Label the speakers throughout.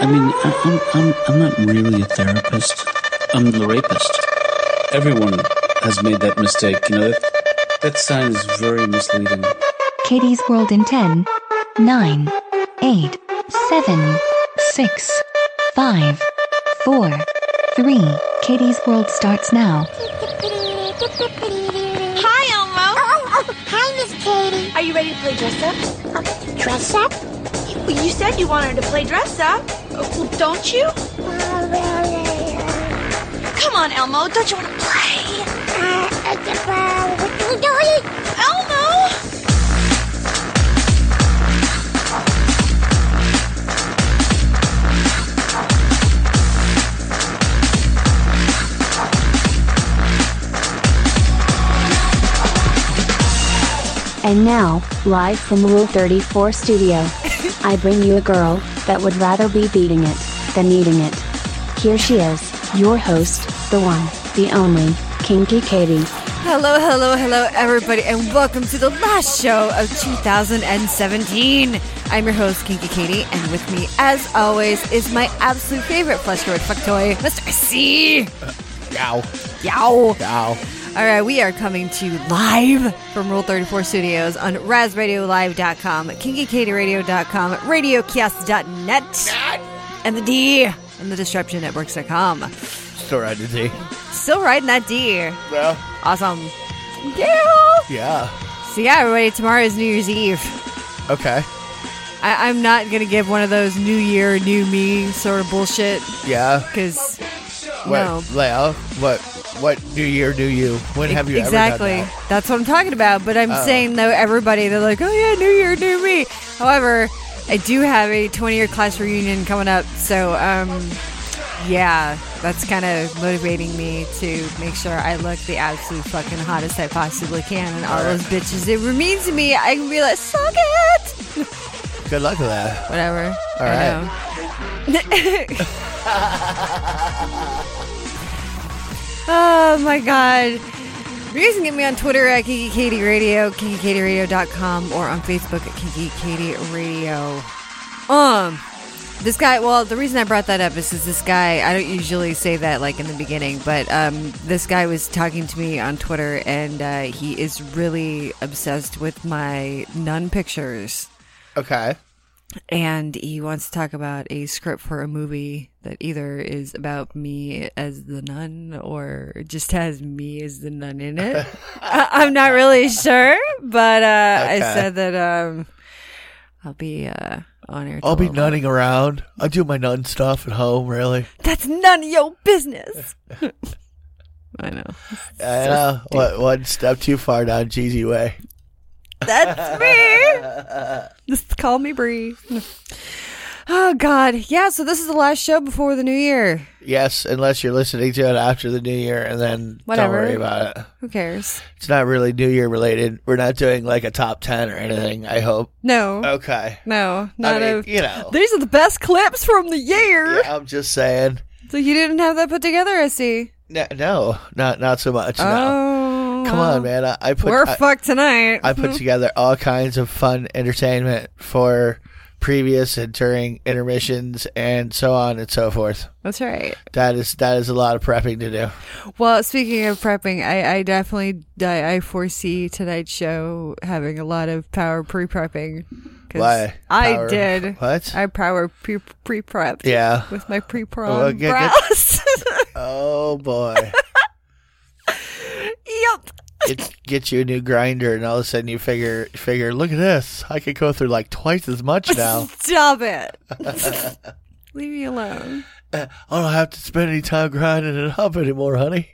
Speaker 1: I mean, I- I'm, I'm, I'm not really a therapist. I'm the rapist. Everyone has made that mistake. You know, that, that sign is very misleading.
Speaker 2: Katie's World in 10, 9, 8, 7, 6, 5, 4, 3. Katie's World starts now.
Speaker 3: Hi, Elmo. Oh, oh, hi, Miss Katie.
Speaker 4: Are you ready to play dress oh. up?
Speaker 3: Dress up?
Speaker 4: Well, you said you wanted to play dress up. Oh, Well, don't you?
Speaker 3: Uh, well,
Speaker 4: Come on, Elmo. Don't you want to play?
Speaker 3: uh, uh, it's about what you doing?
Speaker 4: Elmo!
Speaker 5: And now, live from Rule 34 Studio, I bring you a girl that would rather be beating it than eating it. Here she is, your host, the one, the only, Kinky Katie.
Speaker 6: Hello, hello, hello, everybody, and welcome to the last show of 2017. I'm your host, Kinky Katie, and with me, as always, is my absolute favorite Fleshwood fuck toy, Mr. C.
Speaker 7: Yow.
Speaker 6: Yow.
Speaker 7: Yow.
Speaker 6: All right, we are coming to you live from Rule 34 Studios on RazRadioLive.com, KinkyKatieRadio.com, RadioKiosk.net, and the D, and the DisruptionNetworks.com.
Speaker 8: Serenity.
Speaker 6: Still riding that D.
Speaker 8: Well,
Speaker 6: Awesome. Yeah.
Speaker 8: yeah.
Speaker 6: So yeah, everybody, tomorrow is New Year's Eve.
Speaker 8: Okay.
Speaker 6: I, I'm not gonna give one of those New Year, New Me sort of bullshit
Speaker 8: Yeah.
Speaker 6: because
Speaker 8: Wait,
Speaker 6: no, E-
Speaker 8: Leia, what what new year do you? When have you
Speaker 6: exactly.
Speaker 8: ever done that? Oh.
Speaker 6: That's what I'm talking about. But I'm saying though, everybody, they're like, oh yeah, New Year, New Me. However, I do have a 20 year class reunion coming up, so um, yeah, that's kind of motivating me to make sure I look the absolute fucking hottest I possibly can, and all those bitches. It reminds me, I can be like, suck it.
Speaker 8: Good luck with that.
Speaker 6: Whatever.
Speaker 8: All
Speaker 6: I know.
Speaker 8: right.
Speaker 6: oh my god. You guys can get me on Twitter at Kiki Katie Radio, KikiKatieRadio.com, or on Facebook at Kiki Katie Radio. Um, this guy, well, the reason I brought that up is is this guy, I don't usually say that like in the beginning, but um, this guy was talking to me on Twitter and uh, he is really obsessed with my nun pictures
Speaker 8: Okay.
Speaker 6: and he wants to talk about a script for a movie that either is about me as the nun or just has me as the nun in it. I- I'm not really sure, but uh, I
Speaker 8: Okay.
Speaker 6: said that um, I'll be uh, on air.
Speaker 8: I'll
Speaker 6: till
Speaker 8: be
Speaker 6: eleven.
Speaker 8: nunning around. I'll do my nun stuff at home, really.
Speaker 6: That's none of your business. I know.
Speaker 8: I know. uh, What, one step too far down Jeezy Way.
Speaker 6: That's me. Just call me Bree. Oh God, yeah. So this is the last show before the new year.
Speaker 8: Yes, unless you're listening to it after the new year and then
Speaker 6: Whatever.
Speaker 8: don't worry about it.
Speaker 6: Who cares?
Speaker 8: It's not really new year related. We're not doing like a top 10 or anything, I hope.
Speaker 6: No.
Speaker 8: Okay.
Speaker 6: No, not
Speaker 8: Uh, mean,
Speaker 6: a.
Speaker 8: you know.
Speaker 6: these are the best clips from the year.
Speaker 8: Yeah, I'm just saying.
Speaker 6: So you didn't have that put together, I see.
Speaker 8: No, no not not so much. No.
Speaker 6: Oh,
Speaker 8: Come
Speaker 6: well,
Speaker 8: on, man. I, I put
Speaker 6: We're mm-hmm.
Speaker 8: I,
Speaker 6: fucked tonight.
Speaker 8: I put together all kinds of fun entertainment for previous and during intermissions and so on and so forth.
Speaker 6: That's right.
Speaker 8: That is that is a lot of prepping to do.
Speaker 6: Well, speaking of prepping, I, I definitely I, I foresee tonight's show having a lot of power pre prepping.
Speaker 8: Why?
Speaker 6: I
Speaker 8: Power-
Speaker 6: did.
Speaker 8: What?
Speaker 6: I power pre prepped.
Speaker 8: Yeah.
Speaker 6: With my pre
Speaker 8: Well,
Speaker 6: prom
Speaker 8: get- get-
Speaker 6: brows.
Speaker 8: Oh boy.
Speaker 6: yep.
Speaker 8: it gets you a new grinder and all of a sudden you figure figure, look at this. I could go through like twice as much now.
Speaker 6: Stop it. Leave me alone.
Speaker 8: I don't have to spend any time grinding it up anymore, honey.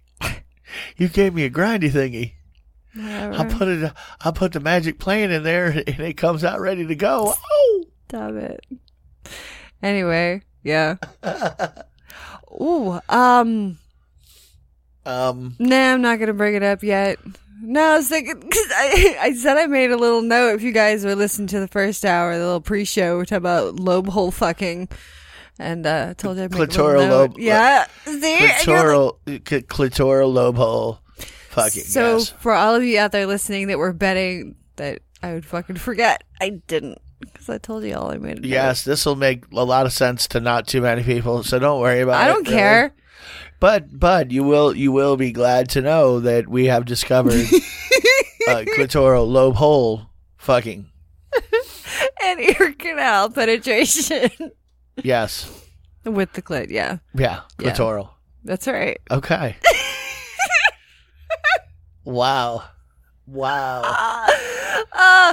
Speaker 8: You gave me a grindy thingy. I put it. I put the magic plane in there, and it comes out ready to go.
Speaker 6: Stop it. Anyway, yeah. Ooh, um,
Speaker 8: Um,
Speaker 6: nah, I'm not gonna bring it up yet. No, I was thinking because I, I said I made a little note. If you guys were listening to the first hour, the little pre-show, we're talking about lobe hole fucking, and uh, I told you I made a
Speaker 8: Clitoral
Speaker 6: little note.
Speaker 8: lobe-
Speaker 6: Yeah, see, And you're like-
Speaker 8: clitoral, uh, cl- clitoral lobe hole. Fucking
Speaker 6: so
Speaker 8: yes.
Speaker 6: for all of you out there listening that were betting that I would fucking forget, I didn't because I told you all I made. a note.
Speaker 8: Yes, this will make a lot of sense to not too many people, so don't worry about
Speaker 6: I
Speaker 8: it.
Speaker 6: don't
Speaker 8: really.
Speaker 6: care.
Speaker 8: But but you will you will be glad to know that we have discovered uh, clitoral lobe hole fucking.
Speaker 6: and ear canal penetration
Speaker 8: Yes.
Speaker 6: with the clit. Yeah,
Speaker 8: Yeah,
Speaker 6: Yeah.
Speaker 8: clitoral.
Speaker 6: that's right.
Speaker 8: Okay. wow. Wow.
Speaker 6: Uh,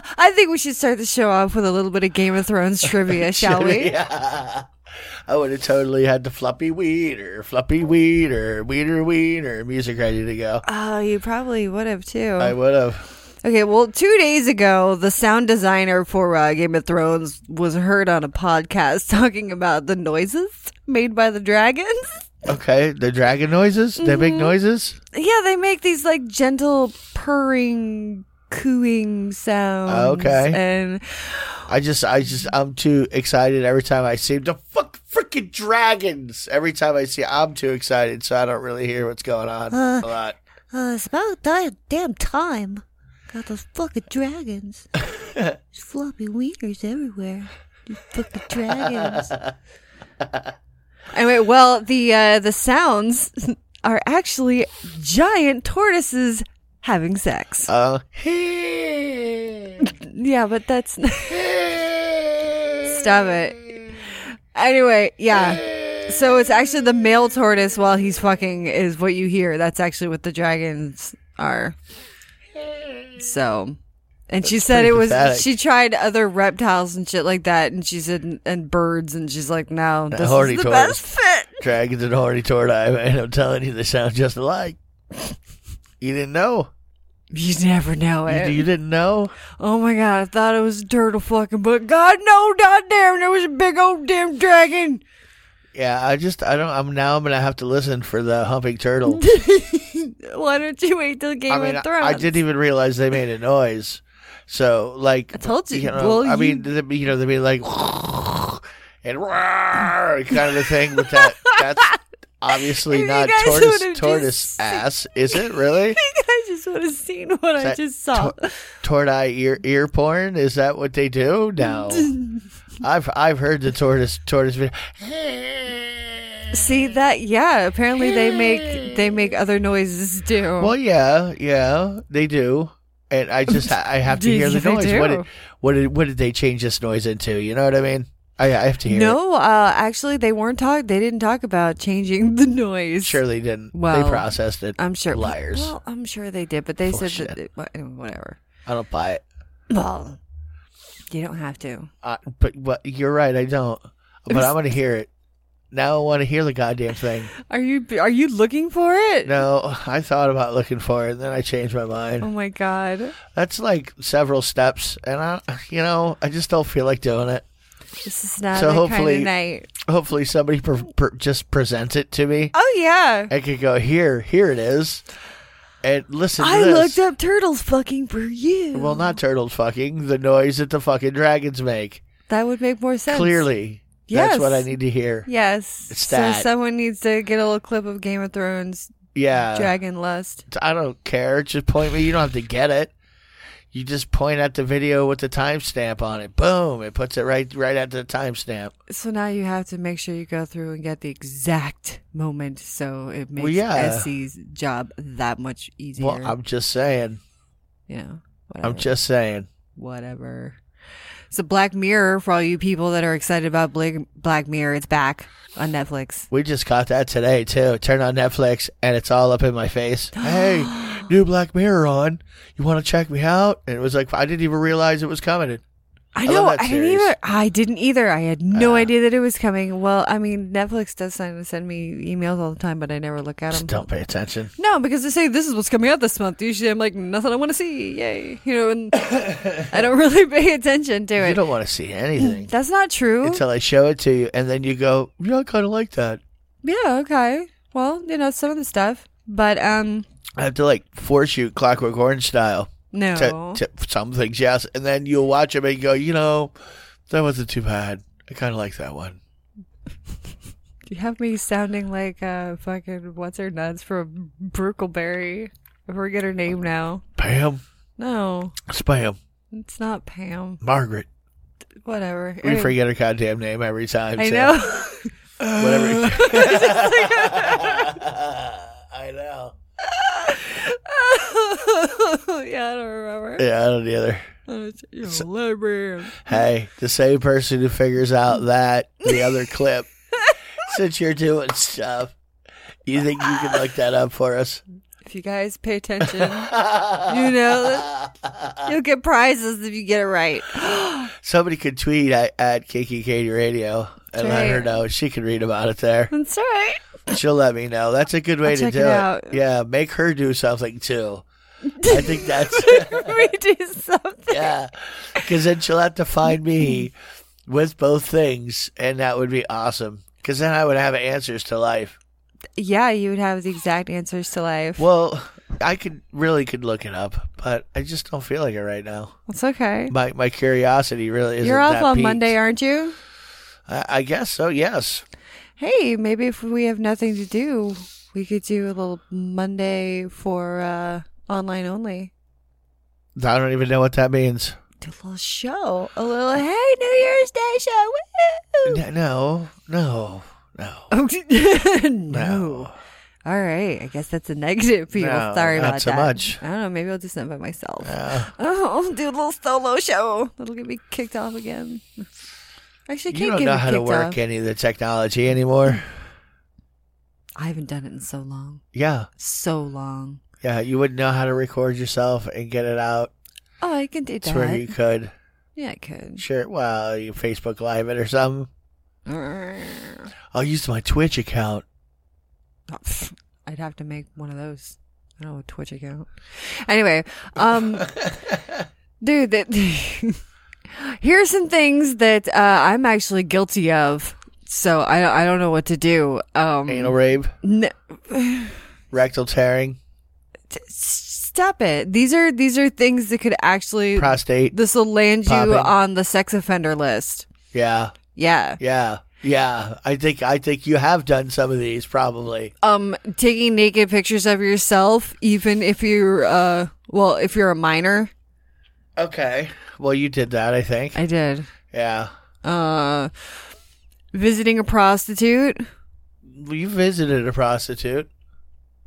Speaker 6: I think we should start the show off with a little bit of Game of Thrones trivia, shall we?
Speaker 8: yeah. I would have totally had the floppy weed or floppy weed or weeder weed or music ready to go.
Speaker 6: Oh, you probably would have too.
Speaker 8: I would have.
Speaker 6: Okay, well, two days ago, the sound designer for uh, Game of Thrones was heard on a podcast talking about the noises made by the dragons.
Speaker 8: Okay, the dragon noises. They make
Speaker 6: Mm-hmm.
Speaker 8: noises.
Speaker 6: Yeah, they make these like gentle purring, cooing sounds.
Speaker 8: Okay.
Speaker 6: And
Speaker 8: I just, I just, I'm too excited every time I see the fuck freaking dragons. Every time I see, I'm too excited, so I don't really hear what's going on a lot.
Speaker 6: uh, it's about that damn time. Got those fucking dragons. There's floppy wieners everywhere. These fucking dragons. anyway, well, the uh, the sounds are actually giant tortoises having sex.
Speaker 8: Uh,
Speaker 6: Yeah, but that's stop it. Anyway, yeah. So it's actually the male tortoise while he's fucking is what you hear. That's actually what the dragons are. So, and she said
Speaker 8: pretty
Speaker 6: it was.
Speaker 8: pathetic.
Speaker 6: She tried other reptiles and shit like that, and she said and birds, and she's like, no, this
Speaker 8: horny
Speaker 6: is the best
Speaker 8: tortoise.
Speaker 6: fit.
Speaker 8: dragons and horny tortoise, man. I'm telling you, they sound just alike. You didn't know.
Speaker 6: You never know
Speaker 8: You,
Speaker 6: it.
Speaker 8: you didn't know.
Speaker 6: Oh my god, I thought it was a turtle fucking, but god no, goddamn, there was a big old damn dragon.
Speaker 8: Yeah, I just, I don't. I'm now. I'm gonna have to listen for the humping turtle.
Speaker 6: Why don't you wait till Game
Speaker 8: I mean,
Speaker 6: of
Speaker 8: I,
Speaker 6: Thrones?
Speaker 8: I didn't even realize they made a noise. So, like,
Speaker 6: I told you.
Speaker 8: know,
Speaker 6: Well,
Speaker 8: I mean,
Speaker 6: you-
Speaker 8: they'd be- you know, they'd be like and roar kind of the thing, but that that's obviously
Speaker 6: If you
Speaker 8: not
Speaker 6: guys
Speaker 8: tortoise
Speaker 6: would've just
Speaker 8: tortoise
Speaker 6: seen-
Speaker 8: ass, is it really?
Speaker 6: I think I just would have seen what I
Speaker 8: that
Speaker 6: just saw.
Speaker 8: tor- tortoise ear ear porn? Is that what they do? No, I've I've heard the tortoise tortoise video.
Speaker 6: See that? Yeah. Apparently they make they make other noises too.
Speaker 8: Well, yeah, yeah, they do. And I just I have to
Speaker 6: Do
Speaker 8: hear the
Speaker 6: they
Speaker 8: noise. What did
Speaker 6: do?
Speaker 8: what did what did they change this noise into? You know what I mean? I, I have to hear. it.
Speaker 6: no, uh, actually they weren't talk. They didn't talk about changing the noise.
Speaker 8: surely didn't.
Speaker 6: Well,
Speaker 8: they processed it.
Speaker 6: I'm sure
Speaker 8: liars.
Speaker 6: Well, I'm sure they did, but they said
Speaker 8: Bullshit.
Speaker 6: that it, well, anyway, whatever.
Speaker 8: I don't buy it.
Speaker 6: Well, you don't have to.
Speaker 8: Uh, but but you're right. I don't. But I'm gonna hear it. Now I want to hear the goddamn thing.
Speaker 6: Are you are you looking for it?
Speaker 8: No, I thought about looking for it, and then I changed my
Speaker 6: Oh
Speaker 8: mind.
Speaker 6: my god.
Speaker 8: That's like several steps, and I, you know, I just don't feel like doing it.
Speaker 6: This is not
Speaker 8: So
Speaker 6: that kind
Speaker 8: hopefully-
Speaker 6: of night.
Speaker 8: Hopefully, somebody pre- pre- just presents it to me.
Speaker 6: Oh yeah.
Speaker 8: I could go here. Here it is, and listen. To
Speaker 6: I
Speaker 8: this.
Speaker 6: looked up turtles fucking for you.
Speaker 8: Well, not turtles fucking the noise that the fucking dragons make.
Speaker 6: that would make more sense.
Speaker 8: Clearly,
Speaker 6: Yes.
Speaker 8: that's what I need to hear.
Speaker 6: Yes.
Speaker 8: It's
Speaker 6: so
Speaker 8: that.
Speaker 6: someone needs to get a little clip of Game of Thrones
Speaker 8: Yeah,
Speaker 6: Dragon Lust.
Speaker 8: I don't care. Just point me. You don't have to get it. You just point at the video with the timestamp on it. Boom! It puts it right right at the timestamp.
Speaker 6: So now you have to make sure you go through and get the exact moment so it makes
Speaker 8: Well, yeah.
Speaker 6: Essie's job that much easier.
Speaker 8: Well, I'm just saying.
Speaker 6: yeah. Whatever.
Speaker 8: I'm just saying.
Speaker 6: whatever. So Black Mirror for all you people that are excited about Black Black Mirror, it's back on Netflix.
Speaker 8: We just caught that today too. Turn on Netflix and it's all up in my face. hey, new Black Mirror on. You want to check me out? And it was like I didn't even realize it was coming.
Speaker 6: I
Speaker 8: love
Speaker 6: know. I,
Speaker 8: that
Speaker 6: didn't
Speaker 8: series.
Speaker 6: either. I didn't either. I had no idea that it was coming. Well, I mean, Netflix does send, send me emails all the time, but I never look at them.
Speaker 8: Just don't pay attention.
Speaker 6: No, because they say this is what's coming out this month. Usually, I'm like, nothing I want to see. Yay, you know, and I don't really pay attention to
Speaker 8: You
Speaker 6: it.
Speaker 8: don't want to see anything
Speaker 6: That's not true.
Speaker 8: until I show it to you, and then you go, "Yeah, I kind of like that."
Speaker 6: yeah. Okay. Well, you know, some of the stuff, but um,
Speaker 8: I have to like force you Clockwork Orange style
Speaker 6: no.
Speaker 8: to, to some things, yes, and then you'll watch them and you go, "You know, that wasn't too bad. I kind of like that one."
Speaker 6: You have me sounding like uh fucking what's her nuts from Brookleberry. I forget her name now.
Speaker 8: Pam,
Speaker 6: No,
Speaker 8: spam,
Speaker 6: it's not Pam.
Speaker 8: Margaret.
Speaker 6: Whatever.
Speaker 8: We
Speaker 6: Anyway,
Speaker 8: forget her goddamn name every time.
Speaker 6: I
Speaker 8: so
Speaker 6: know.
Speaker 8: Whatever. I know.
Speaker 6: yeah, I don't remember.
Speaker 8: Yeah, I don't either.
Speaker 6: Uh, it's- you know, library.
Speaker 8: Hey, the same person who figures out that the other clip, since you're doing stuff, you think you can look that up for us?
Speaker 6: If you guys pay attention, you know, you'll get prizes if you get it right.
Speaker 8: Somebody could tweet at, at Kiki Katie Radio and let her
Speaker 6: right.
Speaker 8: know. She can read about it there.
Speaker 6: That's all right.
Speaker 8: She'll let me know. That's a good way to
Speaker 6: check
Speaker 8: do
Speaker 6: it
Speaker 8: it.
Speaker 6: out.
Speaker 8: Yeah, make her do something too. I think that's
Speaker 6: we do something.
Speaker 8: yeah, because then she'll have to find me with both things, and that would be awesome. Because then I would have answers to life.
Speaker 6: Yeah, you would have the exact answers to life.
Speaker 8: Well, I could really could look it up, but I just don't feel like it right now.
Speaker 6: It's okay.
Speaker 8: My my curiosity really isn't.
Speaker 6: You're off
Speaker 8: that
Speaker 6: on
Speaker 8: piqued.
Speaker 6: Monday, aren't you?
Speaker 8: I, I guess so. Yes.
Speaker 6: Hey, maybe if we have nothing to do, we could do a little Monday for uh, online only.
Speaker 8: I don't even know what that means.
Speaker 6: Do a little show, a little hey New Year's Day show. Woo!
Speaker 8: N- No, no, no,
Speaker 6: no. All right, I guess that's a negative, people.
Speaker 8: No,
Speaker 6: Sorry
Speaker 8: not
Speaker 6: about
Speaker 8: so
Speaker 6: that.
Speaker 8: much.
Speaker 6: I don't know. Maybe I'll do something by myself. Oh, I'll do a little solo show. It'll get me kicked off again. Actually, I can't
Speaker 8: You don't
Speaker 6: get
Speaker 8: know
Speaker 6: me
Speaker 8: how to
Speaker 6: kicked
Speaker 8: work
Speaker 6: off.
Speaker 8: any of the technology anymore.
Speaker 6: I haven't done it in so long,
Speaker 8: Yeah,
Speaker 6: so long.
Speaker 8: yeah. You wouldn't know how to record yourself and get it out
Speaker 6: Oh, I can do
Speaker 8: to where
Speaker 6: that.
Speaker 8: you could.
Speaker 6: Yeah, I could.
Speaker 8: Sure. Well, you Facebook Live it or something. I'll use my Twitch account.
Speaker 6: Oh, pff, I'd have to make one of those. I don't know a Twitch account. Anyway, um, dude, that here's some things that uh, I'm actually guilty of. So I I don't know what to do. Um,
Speaker 8: Anal rape,
Speaker 6: n-
Speaker 8: rectal tearing,
Speaker 6: t- s- stop it. These are these are things that could actually
Speaker 8: prostate.
Speaker 6: this will land
Speaker 8: Popping.
Speaker 6: you on the sex offender list.
Speaker 8: Yeah,
Speaker 6: Yeah.
Speaker 8: yeah, yeah. I think I think you have done some of these probably.
Speaker 6: Um, taking naked pictures of yourself, even if you're uh, well, if you're a minor.
Speaker 8: Okay. Well, you did that, I think.
Speaker 6: I did.
Speaker 8: Yeah.
Speaker 6: uh visiting a prostitute
Speaker 8: Well, You visited a prostitute.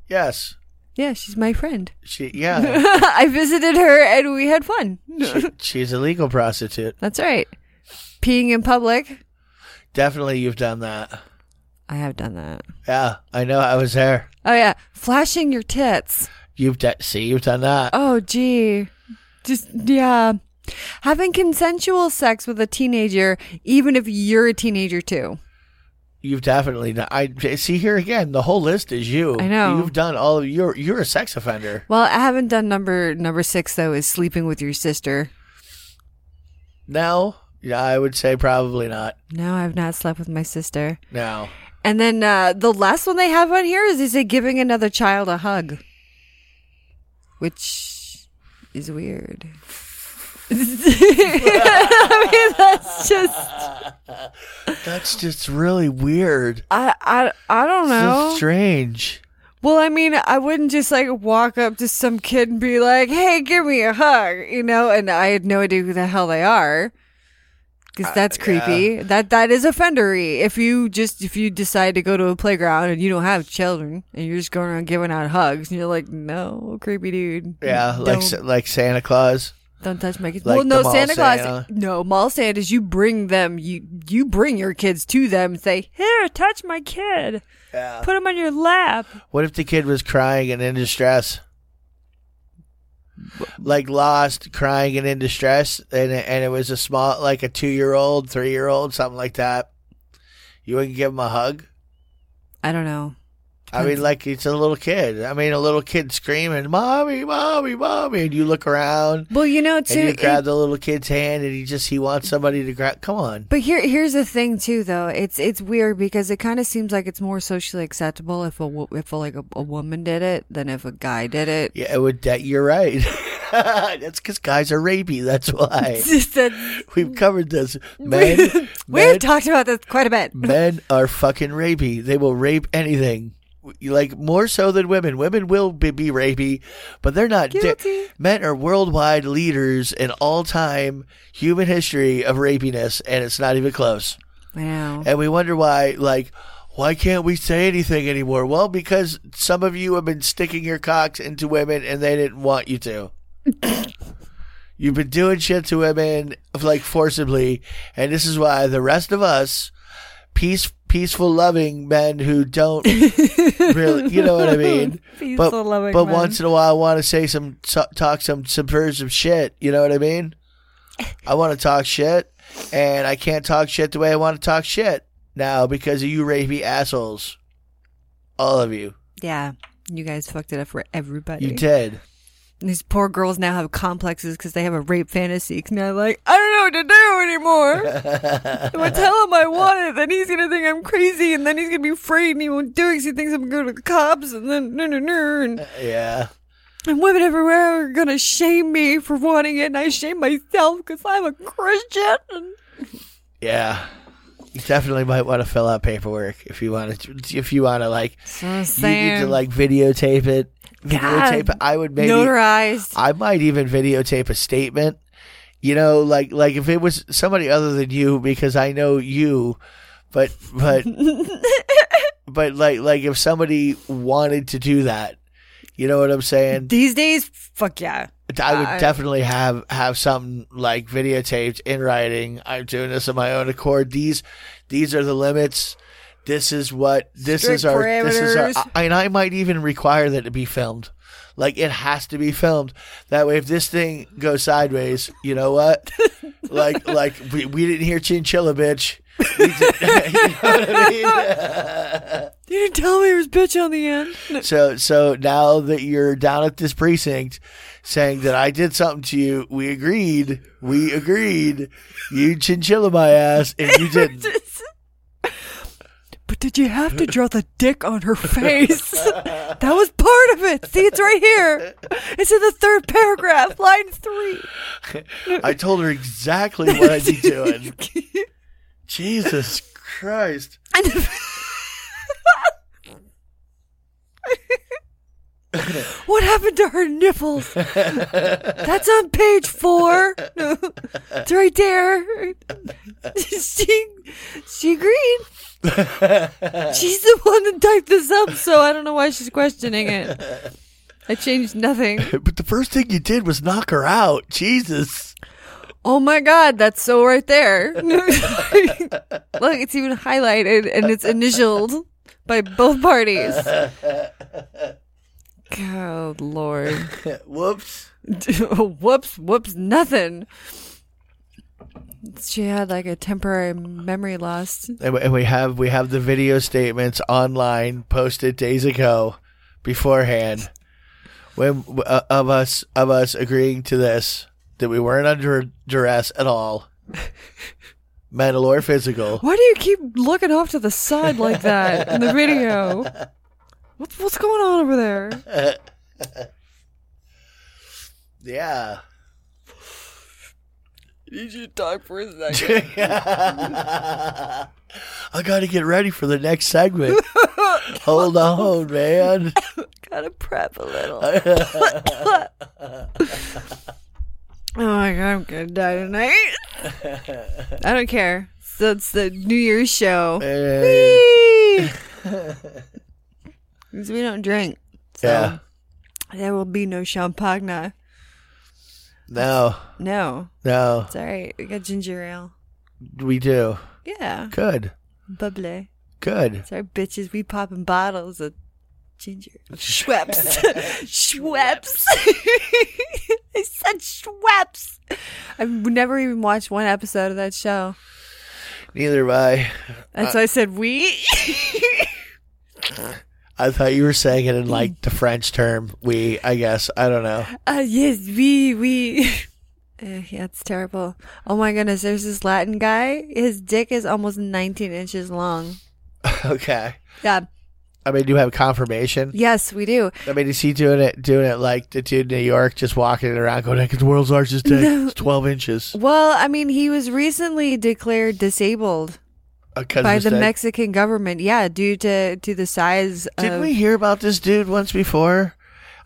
Speaker 8: Yes.
Speaker 6: yeah she's my friend
Speaker 8: She. Yeah.
Speaker 6: i visited her and we had fun
Speaker 8: she, she's a legal prostitute.
Speaker 6: that's right peeing in public
Speaker 8: Definitely, you've done that.
Speaker 6: i have done that
Speaker 8: Yeah, I know. I was there.
Speaker 6: oh yeah flashing your tits
Speaker 8: You've de- see, you've done that.
Speaker 6: oh gee just yeah having consensual sex with a teenager even if you're a teenager too
Speaker 8: You've definitely done. I see here again. The whole list is you.
Speaker 6: I know.
Speaker 8: You've done all. Of, you're you're a sex offender.
Speaker 6: well i haven't done number number six though is sleeping with your sister
Speaker 8: No. Yeah, I would say probably not.
Speaker 6: no i've not slept with my sister
Speaker 8: No.
Speaker 6: And then uh, the last one they have on here is they say giving another child a hug, which is weird. I mean, that's just
Speaker 8: That's just really weird.
Speaker 6: I I I don't
Speaker 8: So
Speaker 6: know.
Speaker 8: strange.
Speaker 6: Well, I mean, I wouldn't just like walk up to some kid and be like, "Hey, give me a hug," you know. And I had no idea who the hell they are.
Speaker 8: Uh,
Speaker 6: Because that's creepy. That that is offendery. If you just if you decide to go to a playground and you don't have children and you're just going around giving out hugs and you're like, no, creepy dude.
Speaker 8: Yeah, like
Speaker 6: don't,
Speaker 8: Sa- like Santa Claus.
Speaker 6: don't touch my kids.
Speaker 8: like
Speaker 6: well, no,
Speaker 8: the mall
Speaker 6: Santa Claus.
Speaker 8: Santa.
Speaker 6: No, mall Santas. You bring them. You you bring your kids to them and say, here, touch my kid.
Speaker 8: Yeah.
Speaker 6: Put him on your lap.
Speaker 8: What if the kid was crying and in distress? like lost, crying, and in distress, and and it was a small, like a two year old, three year old, something like that. You wouldn't give him a hug.
Speaker 6: I don't know.
Speaker 8: I mean, like it's a little kid. I mean, a little kid screaming, "Mommy, mommy, mommy!" And you look around
Speaker 6: Well, you know,
Speaker 8: and
Speaker 6: too.
Speaker 8: you
Speaker 6: it-
Speaker 8: grab the little kid's hand, and he just he wants somebody to grab. Come on,
Speaker 6: But here, here's the thing too, though. It's it's weird because it kind of seems like it's more socially acceptable if a wo- if like a, a woman did it than if a guy did it.
Speaker 8: yeah, it would. That you're right. That's because guys are rapey. That's why
Speaker 6: Just that-
Speaker 8: we've covered this. Men,
Speaker 6: We've
Speaker 8: men,
Speaker 6: talked about this quite a bit.
Speaker 8: men are fucking rapey. They will rape anything. You- Like more so than women. Women will be, be rapey, but they're not. di-
Speaker 6: Guilty.
Speaker 8: men are worldwide leaders in all time human history of rapiness, and it's not even close.
Speaker 6: I know.
Speaker 8: and we wonder why like why can't we say anything anymore well because some of you have been sticking your cocks into women and they didn't want you to you've been doing shit to women like forcibly and this is why the rest of us peace peaceful loving men who don't really you know what i mean but,
Speaker 6: Peaceful-loving
Speaker 8: but
Speaker 6: men.
Speaker 8: once in a while i want to say some so- talk some subversive shit you know what i mean i want to talk shit and i can't talk shit the way i want to talk shit now because of you rapey assholes all of you
Speaker 6: Yeah, you guys fucked it up for everybody.
Speaker 8: you did
Speaker 6: These poor girls now have complexes because they have a rape fantasy. Because now, like, I don't know what to do anymore. if I tell him I want it, then he's gonna think I'm crazy, and then he's gonna be afraid, and he won't do it. 'cause he thinks I'm going to the cops, and then no, no, no, and
Speaker 8: yeah
Speaker 6: And women everywhere are gonna shame me for wanting it, and I shame myself because I'm a Christian. And
Speaker 8: yeah you definitely might want to fill out paperwork if you want to if you want to like
Speaker 6: so I'm
Speaker 8: you need to like videotape it videotape it. i would maybe
Speaker 6: notarized.
Speaker 8: I might even videotape a statement. You know, like like if it was somebody other than you, because I know you, but but but like like if somebody wanted to do that, you know what I'm saying?
Speaker 6: These days, fuck yeah.
Speaker 8: I would
Speaker 6: I-
Speaker 8: definitely have have something like videotaped in writing. I'm doing this of my own accord. These these are the limits. This is what this is
Speaker 6: Strict
Speaker 8: our this is our.
Speaker 6: parameters.
Speaker 8: I, and I might even require that it be filmed. Like it has to be filmed. That way, if this thing goes sideways, you know what? like like we, we didn't hear chinchilla, bitch. We did- you know what I mean?
Speaker 6: You didn't tell me there was bitch on the end.
Speaker 8: So so now that you're down at this precinct saying that I did something to you, we agreed. We agreed. You chinchilla my ass and you didn't.
Speaker 6: But did you have to draw the dick on her face? that was part of it. See, it's right here. It's in the third paragraph, line three.
Speaker 8: I told her exactly what I'd be doing. Jesus Christ.
Speaker 6: And- what happened to her nipples? That's on page four. it's right there. she, she agreed. she's the one that typed this up, so I don't know why she's questioning it. I changed nothing.
Speaker 8: But the first thing you did was knock her out. Jesus.
Speaker 6: Oh my god, that's so right there. Look, it's even highlighted and it's initialed by both parties. God lord.
Speaker 8: Whoops.
Speaker 6: whoops, whoops, nothing. She had like a temporary memory loss.
Speaker 8: And we- and we have we have the video statements online posted days ago beforehand when uh, of us of us agreeing to this that we weren't under duress at all. Mental or physical.
Speaker 6: Why do you keep looking off to the side like that in the video? What's what's going on over there?
Speaker 8: Yeah.
Speaker 6: Did you talk for a second?
Speaker 8: I got to get ready for the next segment. Hold on, man.
Speaker 6: gotta prep a little. oh Oh my god, I'm gonna die tonight. I don't care. So it's the New Year's show.
Speaker 8: Eh,
Speaker 6: 'Cause we don't drink. So
Speaker 8: yeah.
Speaker 6: there will be no champagne.
Speaker 8: No,
Speaker 6: No.
Speaker 8: no,
Speaker 6: It's alright. We got ginger ale.
Speaker 8: we do.
Speaker 6: Yeah.
Speaker 8: Good,
Speaker 6: Bubbly.
Speaker 8: good.
Speaker 6: Sorry, bitches. We popping bottles of ginger. Schweppes. Schweppes. I said Schweppes. I've never even watched one episode of that show.
Speaker 8: Neither have I.
Speaker 6: That's why I said we.
Speaker 8: I thought you were saying it in like the French term. We, I guess. I don't know.
Speaker 6: Uh, yes, we, we. Uh, yeah, it's terrible. Oh my goodness, there's this Latin guy. His dick is almost 19 inches long.
Speaker 8: Okay.
Speaker 6: Yeah.
Speaker 8: I mean, do you have confirmation?
Speaker 6: Yes, we do.
Speaker 8: I mean, is he doing it? Doing it like the dude in New York, just walking around, going, "It's the world's largest dick. It's twelve inches."
Speaker 6: Well, I mean, he was recently declared disabled
Speaker 8: Uh, 'cause
Speaker 6: by
Speaker 8: of
Speaker 6: the
Speaker 8: his dick.
Speaker 6: Mexican government. Yeah, due to to the size
Speaker 8: Didn't
Speaker 6: of
Speaker 8: we hear about this dude once before?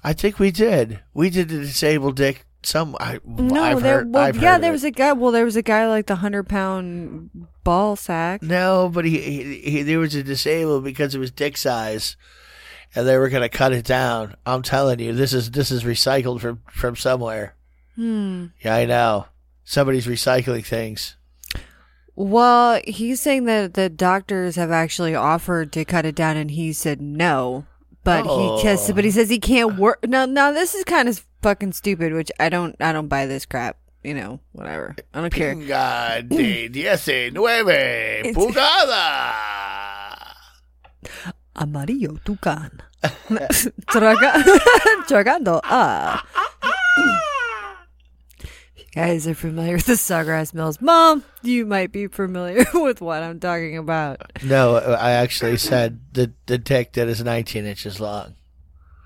Speaker 8: I think we did. We did the disabled dick. Some I
Speaker 6: No,
Speaker 8: I've
Speaker 6: there
Speaker 8: heard,
Speaker 6: well,
Speaker 8: I've
Speaker 6: yeah,
Speaker 8: heard
Speaker 6: there
Speaker 8: of
Speaker 6: was
Speaker 8: it.
Speaker 6: a guy. Well, there was a guy like the 100 pound ball sack.
Speaker 8: no, but he, he, he there was a disabled because of his dick size, and they were going to cut it down. I'm telling you, this is this is recycled from from somewhere. Hmm. Yeah, I know. Somebody's recycling things.
Speaker 6: Well, he's saying that the doctors have actually offered to cut it down, and he said no. But he
Speaker 8: Oh.
Speaker 6: kissed. But he says he can't work. Now, now this is kind of fucking stupid. Which I don't. I don't buy this crap. You know, whatever. I don't care.
Speaker 8: God, de diecinueve pulgadas.
Speaker 6: Amarillo tucán. Traga- tragando. Ah. If you guys are familiar with the Sawgrass Mills, Mom, you might be familiar with what I'm talking about.
Speaker 8: No, I actually said the the dick that is 19 inches long.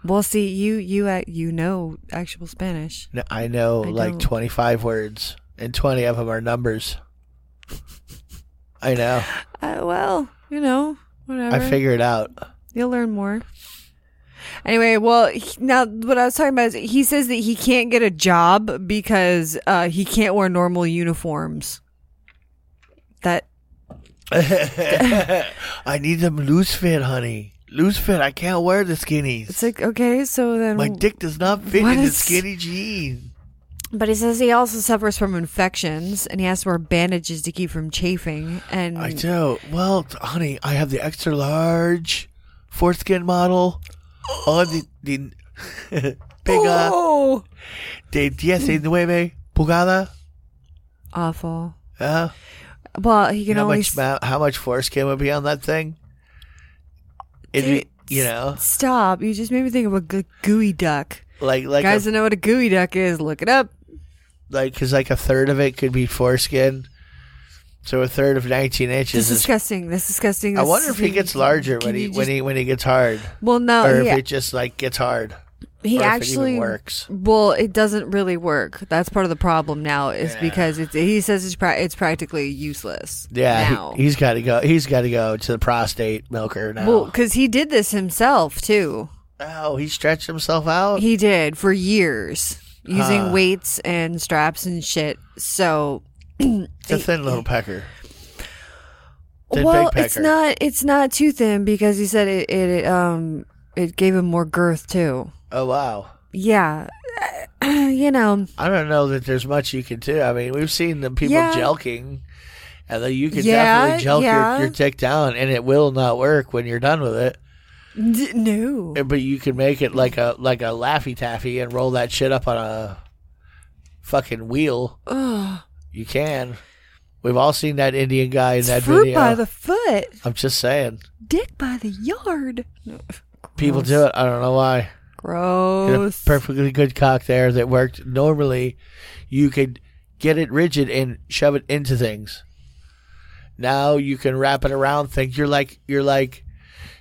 Speaker 6: Well, see, you you ac- you know actual Spanish.
Speaker 8: No, I know
Speaker 6: I
Speaker 8: like
Speaker 6: don't.
Speaker 8: 25 words, and 20 of them are numbers. I know.
Speaker 6: Uh, well, you know, whatever.
Speaker 8: I figure it out.
Speaker 6: You'll learn more. Anyway, well, he, now what I was talking about is he says that he can't get a job because uh, he can't wear normal uniforms. That
Speaker 8: I need them loose fit, honey. Loose fit. I can't wear the
Speaker 6: it's
Speaker 8: skinnies.
Speaker 6: like okay, so then.
Speaker 8: My dick does not fit
Speaker 6: What
Speaker 8: in the
Speaker 6: is-
Speaker 8: skinny jean.
Speaker 6: But he says he also suffers from infections, and he has to wear bandages to keep from chafing. And
Speaker 8: I do. Well, t- honey, I have the extra large foreskin model on the, the big uh,
Speaker 6: oh, Mm.
Speaker 8: de 19 pulgada.
Speaker 6: awful.
Speaker 8: Uh,
Speaker 6: Well, he can
Speaker 8: how
Speaker 6: only
Speaker 8: much
Speaker 6: s-
Speaker 8: ma- how much foreskin would be on that thing? It, you know,
Speaker 6: stop. You just made me think of a g- gooey duck.
Speaker 8: like like
Speaker 6: Guys
Speaker 8: a,
Speaker 6: that know what a gooey duck is, look it up.
Speaker 8: like because like a third of it could be foreskin, so a third of nineteen
Speaker 6: This
Speaker 8: inches
Speaker 6: is
Speaker 8: is.
Speaker 6: disgusting. This is disgusting.
Speaker 8: I
Speaker 6: This
Speaker 8: wonder
Speaker 6: is-
Speaker 8: if he gets larger
Speaker 6: Can
Speaker 8: when he
Speaker 6: you
Speaker 8: when
Speaker 6: just-
Speaker 8: he when he gets hard,
Speaker 6: Well, no,
Speaker 8: or
Speaker 6: he,
Speaker 8: if it just like gets hard.
Speaker 6: he
Speaker 8: or if it even
Speaker 6: actually
Speaker 8: works.
Speaker 6: Well, it doesn't really work. That's part of the problem now. Is because it's, he says it's pra- it's practically useless.
Speaker 8: Yeah,
Speaker 6: now.
Speaker 8: he, has got to go. He's got to go to the prostate milker now.
Speaker 6: well, because he did this himself too.
Speaker 8: oh, he stretched himself out.
Speaker 6: He did for years using
Speaker 8: Huh.
Speaker 6: weights and straps and shit. So
Speaker 8: it's a thin little pecker. Thin
Speaker 6: well,
Speaker 8: big pecker.
Speaker 6: it's not it's not too thin because he said it, it it um it gave him more girth too.
Speaker 8: Oh wow.
Speaker 6: Yeah, you know.
Speaker 8: I don't know that there's much you can do. I mean, we've seen the people
Speaker 6: Yeah.
Speaker 8: jelking, and then you can
Speaker 6: Yeah,
Speaker 8: definitely jelk
Speaker 6: yeah.
Speaker 8: your, your dick down, and it will not work when you're done with it.
Speaker 6: D- no.
Speaker 8: And- But you can make it like a like a laffy taffy and roll that shit up on a fucking wheel. You can. We've all seen that Indian guy in that
Speaker 6: Fruit
Speaker 8: video.
Speaker 6: by the foot,
Speaker 8: I'm just saying,
Speaker 6: dick by the yard. No.
Speaker 8: people do it. I don't know why. Get a
Speaker 6: Gross.
Speaker 8: perfectly good cock there that worked. Normally, you could get it rigid and shove it into things. Now you can wrap it around things. You're like you're like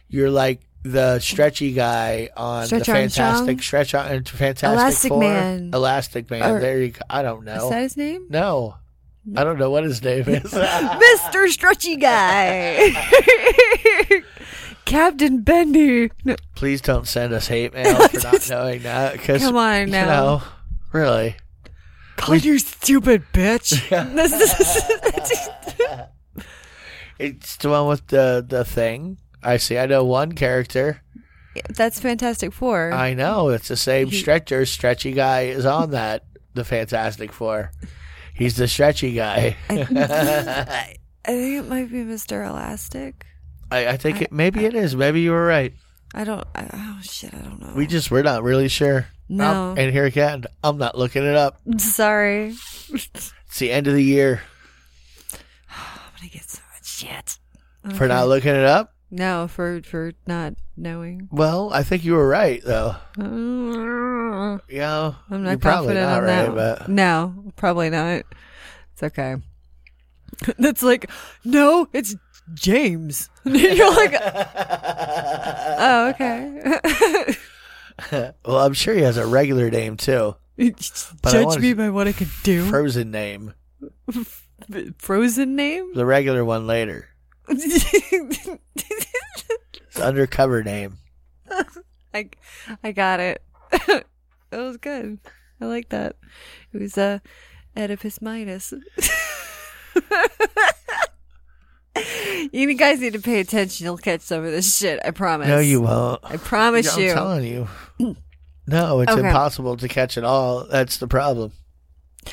Speaker 8: you're like the stretchy guy on
Speaker 6: Stretch
Speaker 8: the Fantastic
Speaker 6: Armstrong?
Speaker 8: Stretch on and Fantastic
Speaker 6: Elastic
Speaker 8: Four.
Speaker 6: Man.
Speaker 8: Elastic Man.
Speaker 6: Or-
Speaker 8: there you go. I don't know.
Speaker 6: Is that his name?
Speaker 8: no, I don't know what his name is.
Speaker 6: Ah. Mr. Stretchy Guy. Captain Bendy. No,
Speaker 8: Please don't send us hate mail for not knowing that. 'cause,
Speaker 6: Come on
Speaker 8: you
Speaker 6: now.
Speaker 8: know, really.
Speaker 6: God, you stupid bitch. This is-
Speaker 8: It's the one with the the thing. I see. I know one character.
Speaker 6: That's Fantastic Four.
Speaker 8: I know it's the same stretcher. Stretchy guy is on that. The Fantastic Four. He's the stretchy guy. Uh,
Speaker 6: I think it might be Mr. Elastic.
Speaker 8: I, I think it, maybe it is. Maybe you were right.
Speaker 6: I don't. I, oh shit! I don't know.
Speaker 8: We just we're not really sure. Um,
Speaker 6: No.
Speaker 8: and here again, I'm not looking it up.
Speaker 6: Sorry.
Speaker 8: It's the end of the year
Speaker 6: I'm gonna get so much shit.
Speaker 8: for not looking it up.
Speaker 6: No, for for not knowing.
Speaker 8: Well, I think you were right though.
Speaker 6: I'm
Speaker 8: Yeah,
Speaker 6: not
Speaker 8: you're probably
Speaker 6: confident
Speaker 8: not
Speaker 6: on
Speaker 8: right,
Speaker 6: that.
Speaker 8: but
Speaker 6: No, probably not. It's okay. That's like, no, it's James. You're like, oh, okay.
Speaker 8: well, I'm sure he has a regular name too, But I
Speaker 6: Judge
Speaker 8: wanna-
Speaker 6: me by what I could do.
Speaker 8: frozen name.
Speaker 6: Frozen name?
Speaker 8: The regular one later. It's undercover name.
Speaker 6: I, I got it. that was good. I like that. It was uh, Oedipus Minus. you guys need to pay attention. You'll catch some of this shit. I promise.
Speaker 8: No, you won't.
Speaker 6: I promise
Speaker 8: I'm
Speaker 6: you.
Speaker 8: telling you. No, it's
Speaker 6: Okay.
Speaker 8: impossible to catch it all. That's the problem. Try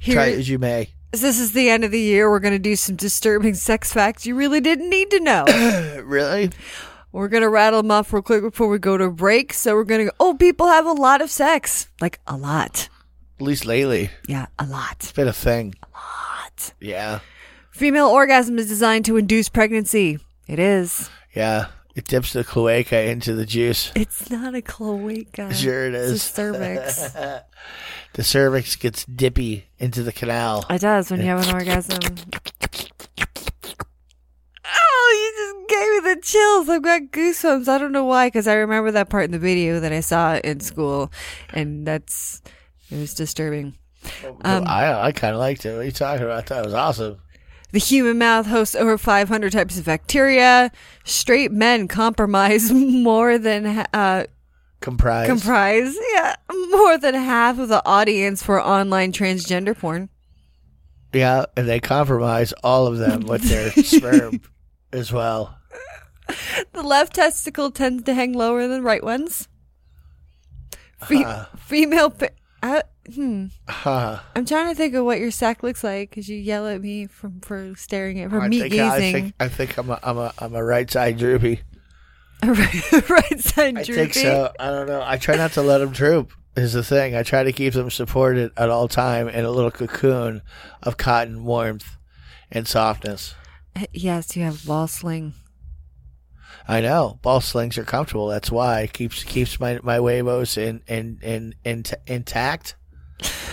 Speaker 6: Here,
Speaker 8: as you may.
Speaker 6: this is the end of the year. We're gonna do some disturbing sex facts you really didn't need to know.
Speaker 8: Really?
Speaker 6: We're gonna rattle them off real quick before we go to break. So we're gonna go. Oh, people have a lot of sex, like a lot.
Speaker 8: At least lately.
Speaker 6: Yeah, a lot.
Speaker 8: It's been a thing. Yeah.
Speaker 6: Female orgasm is designed to induce pregnancy. It is.
Speaker 8: Yeah. It dips the cloaca into the juice.
Speaker 6: It's not a cloaca.
Speaker 8: Sure it
Speaker 6: It's
Speaker 8: is.
Speaker 6: a cervix.
Speaker 8: The cervix gets dippy into the canal.
Speaker 6: it does when you have an orgasm. Oh, you just gave me the chills. I've got goosebumps. I don't know why, because I remember that part in the video that I saw in school, and that's it was disturbing. Um,
Speaker 8: I, I kind of liked it. What are you talking about? I thought it was awesome.
Speaker 6: The human mouth hosts over 500 types of bacteria. Straight men compromise more than uh,
Speaker 8: Comprised.
Speaker 6: comprise yeah more than half of the audience for online transgender porn.
Speaker 8: yeah, and they compromise all of them with their sperm as well.
Speaker 6: The left testicle tends to hang lower than right ones. Fe-
Speaker 8: Uh-huh.
Speaker 6: Female. Pa- I, hmm.
Speaker 8: Huh.
Speaker 6: I'm trying to think of what your sack looks like because you yell at me from for staring at for
Speaker 8: I
Speaker 6: meat
Speaker 8: think, I think
Speaker 6: gazing.
Speaker 8: I think I'm a I'm a I'm a right side droopy.
Speaker 6: right, right side
Speaker 8: I
Speaker 6: droopy.
Speaker 8: think so. I don't know. I try not to let them droop. Is the thing. I try to keep them supported at all time in a little cocoon of cotton warmth and softness.
Speaker 6: Yes, you have ball sling.
Speaker 8: I know ball slings are comfortable. That's why it keeps keeps my my Weibos in in in, in intact,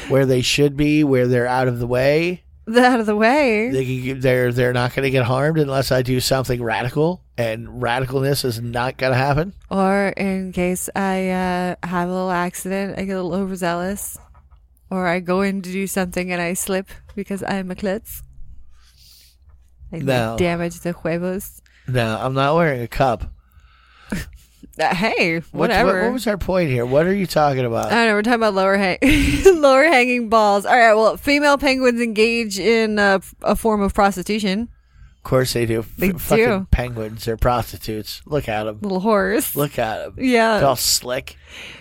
Speaker 8: where they should be, where they're out of the way.
Speaker 6: That out of the way.
Speaker 8: They can, get- they're they're not going to get harmed unless I do something radical, and radicalness is not going to happen.
Speaker 6: Or in case I uh, have a little accident, I get a little overzealous, or I go in to do something and I slip because I am a klutz. I
Speaker 8: No.
Speaker 6: damage the huevos.
Speaker 8: No, I'm not wearing a cup.
Speaker 6: Uh, hey,
Speaker 8: What-
Speaker 6: whatever. Uh,
Speaker 8: What, what was our point here? What are you talking about?
Speaker 6: I don't know. We're talking about lower hang, lower hanging balls. All right. Well, female penguins engage in uh, a form of prostitution.
Speaker 8: of course they do.
Speaker 6: They
Speaker 8: fucking
Speaker 6: do.
Speaker 8: penguins are prostitutes. Look at them.
Speaker 6: Little horse.
Speaker 8: Look at them.
Speaker 6: Yeah.
Speaker 8: They're all slick.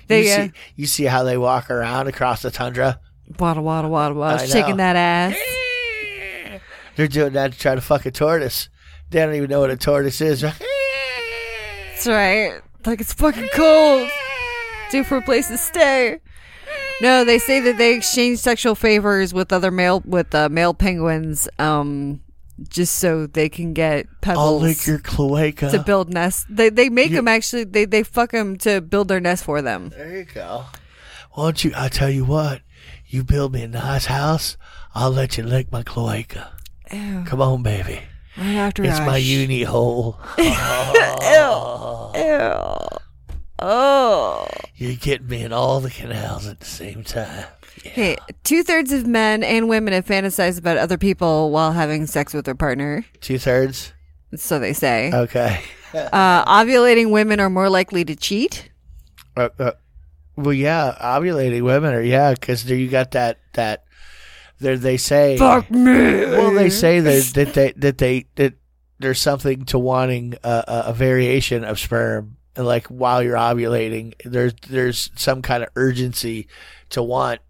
Speaker 6: They,
Speaker 8: you,
Speaker 6: uh,
Speaker 8: see, you see how they walk around across the tundra?
Speaker 6: Waddle, waddle, waddle, waddle.
Speaker 8: I
Speaker 6: Shaking
Speaker 8: know.
Speaker 6: that ass.
Speaker 8: They're doing that to try to fuck a tortoise. They don't even know what a tortoise is.
Speaker 6: That's right. Like it's fucking cold. Due for a place to stay. No, they say that they exchange sexual favors with other male with uh, male penguins, um, just so they can get
Speaker 8: I'll
Speaker 6: pebbles
Speaker 8: lick your cloaca.
Speaker 6: to build nests. They they make
Speaker 8: You-
Speaker 6: them actually. They they fuck them to build their nest for them.
Speaker 8: there you go. Why don't you? I tell you what. You build me a nice house. I'll let you lick my cloaca. Come on, baby.
Speaker 6: Right after
Speaker 8: It's my
Speaker 6: Ash.
Speaker 8: uni hole.
Speaker 6: Ew. Oh.
Speaker 8: You get me in all the canals at the same time.
Speaker 6: Hey, two thirds of men and women have fantasized about other people while having sex with their partner.
Speaker 8: Two thirds.
Speaker 6: So they say.
Speaker 8: Okay.
Speaker 6: Uh, ovulating women are more likely to cheat.
Speaker 8: Uh, uh, well, yeah, ovulating women are yeah, because you got that that. There they say. Fuck me. Well, they say that that they that they that there's something to wanting a, a, a variation of sperm. And, Like while you're ovulating, there's there's some kind of urgency to want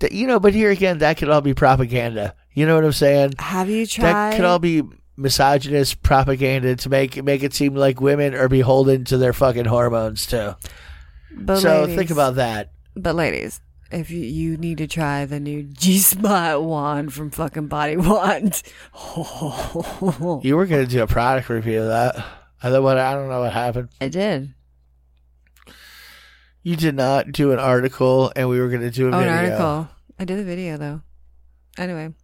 Speaker 8: that you know. But here again, that could all be propaganda. You know what I'm saying?
Speaker 6: Have you tried?
Speaker 8: that could all be misogynist propaganda to make make it seem like women are beholden to their fucking hormones too.
Speaker 6: But
Speaker 8: so
Speaker 6: ladies,
Speaker 8: think about that.
Speaker 6: But ladies, if you, you need to try the new G Spot wand from fucking Body Wand,
Speaker 8: You were going to do a product review of that. I don't, what, I don't know what happened.
Speaker 6: I did.
Speaker 8: You did not do an article, and we were going to do a
Speaker 6: Oh, an
Speaker 8: video.
Speaker 6: article. I did the video though. Anyway,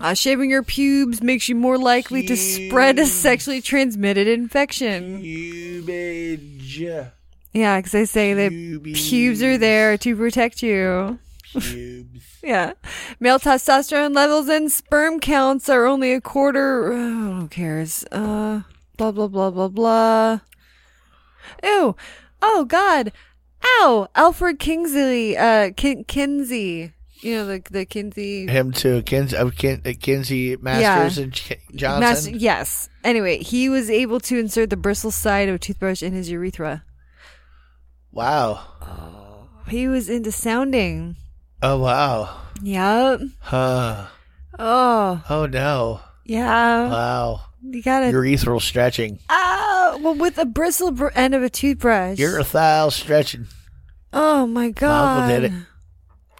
Speaker 6: uh, shaving your pubes makes you more likely to spread a sexually transmitted infection.
Speaker 8: Cubage.
Speaker 6: Yeah, because they say that pubes are there to protect you.
Speaker 8: Cubes.
Speaker 6: Yeah. Male testosterone levels and sperm counts are only a quarter. Oh, who cares? Uh, blah, blah, blah, blah, blah. Ew. Oh, God. Ow. Alfred Kingsley. Uh, Kin- Kinsey. You know, the, the Kinsey.
Speaker 8: Him too. Kins- uh, Kin- uh, Kinsey Masters and Ch-
Speaker 6: Mas-
Speaker 8: Johnson.
Speaker 6: yes. Anyway, he was able to insert the bristle side of a toothbrush in his urethra.
Speaker 8: wow.
Speaker 6: He was into sounding.
Speaker 8: Oh, wow.
Speaker 6: Yup.
Speaker 8: Huh.
Speaker 6: Oh,
Speaker 8: Oh, no.
Speaker 6: yeah.
Speaker 8: Wow.
Speaker 6: You gotta
Speaker 8: Urethral stretching.
Speaker 6: Ah, well, with a bristle br- end of a toothbrush.
Speaker 8: Urethral stretching.
Speaker 6: oh my god!
Speaker 8: Uncle did it.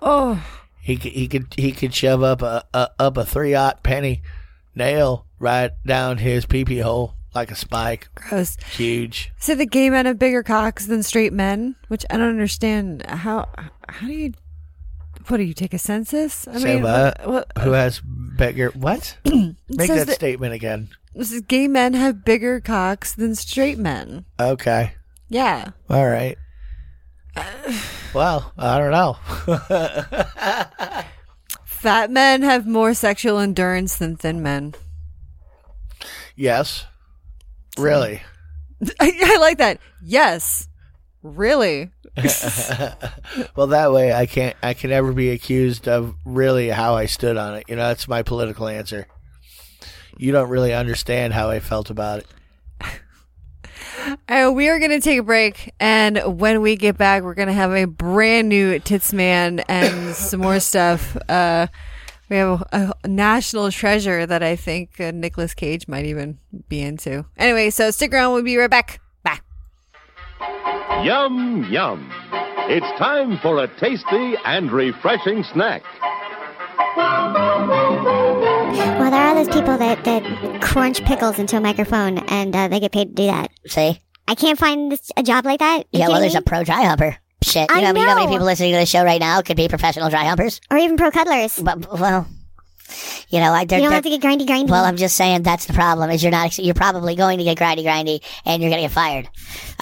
Speaker 6: Oh,
Speaker 8: He could, he could he could shove up a, a up a three aught penny nail right down his pee pee hole like a spike.
Speaker 6: gross.
Speaker 8: Huge.
Speaker 6: So the gay men have bigger cocks than straight men, which I don't understand. How how do you? What do you take a census? I
Speaker 8: Say what?
Speaker 6: what-
Speaker 8: uh, Who has bigger? What? Make
Speaker 6: says
Speaker 8: that,
Speaker 6: that-
Speaker 8: statement again.
Speaker 6: This is gay men have bigger cocks than straight men.
Speaker 8: Okay.
Speaker 6: Yeah.
Speaker 8: All right. Well, I don't know.
Speaker 6: Fat men have more sexual endurance than thin men.
Speaker 8: yes. Really.
Speaker 6: I, I like that. Yes. Really?
Speaker 8: Well, that way I can't. I can never be accused of really how I stood on it. You know, that's my political answer. You don't really understand how I felt about it.
Speaker 6: All right, we are going to take a break, and when we get back, we're going to have a brand new Tits Man and some more stuff. Uh, we have a, a national treasure that I think uh, Nicolas Cage might even be into. Anyway, so stick around. We'll be right back. Bye.
Speaker 9: Yum, yum. It's time for a tasty and refreshing snack.
Speaker 3: Well, there are those people that, that crunch pickles into a microphone and uh, they get paid to do that.
Speaker 10: See?
Speaker 3: I can't find this, a job like that. You
Speaker 10: Yeah, well,
Speaker 3: kidding
Speaker 10: there's
Speaker 3: me?
Speaker 10: a pro dry humper. Shit. You
Speaker 3: I
Speaker 10: know, you know how
Speaker 3: know.
Speaker 10: many people listening to this show right now could be professional dry humpers?
Speaker 3: or even pro cuddlers. You
Speaker 10: But, well, you know, I
Speaker 3: don't have to get grindy grindy.
Speaker 10: Well, I'm just saying that's the problem. Is you're not you're probably going to get grindy grindy and you're going to get fired.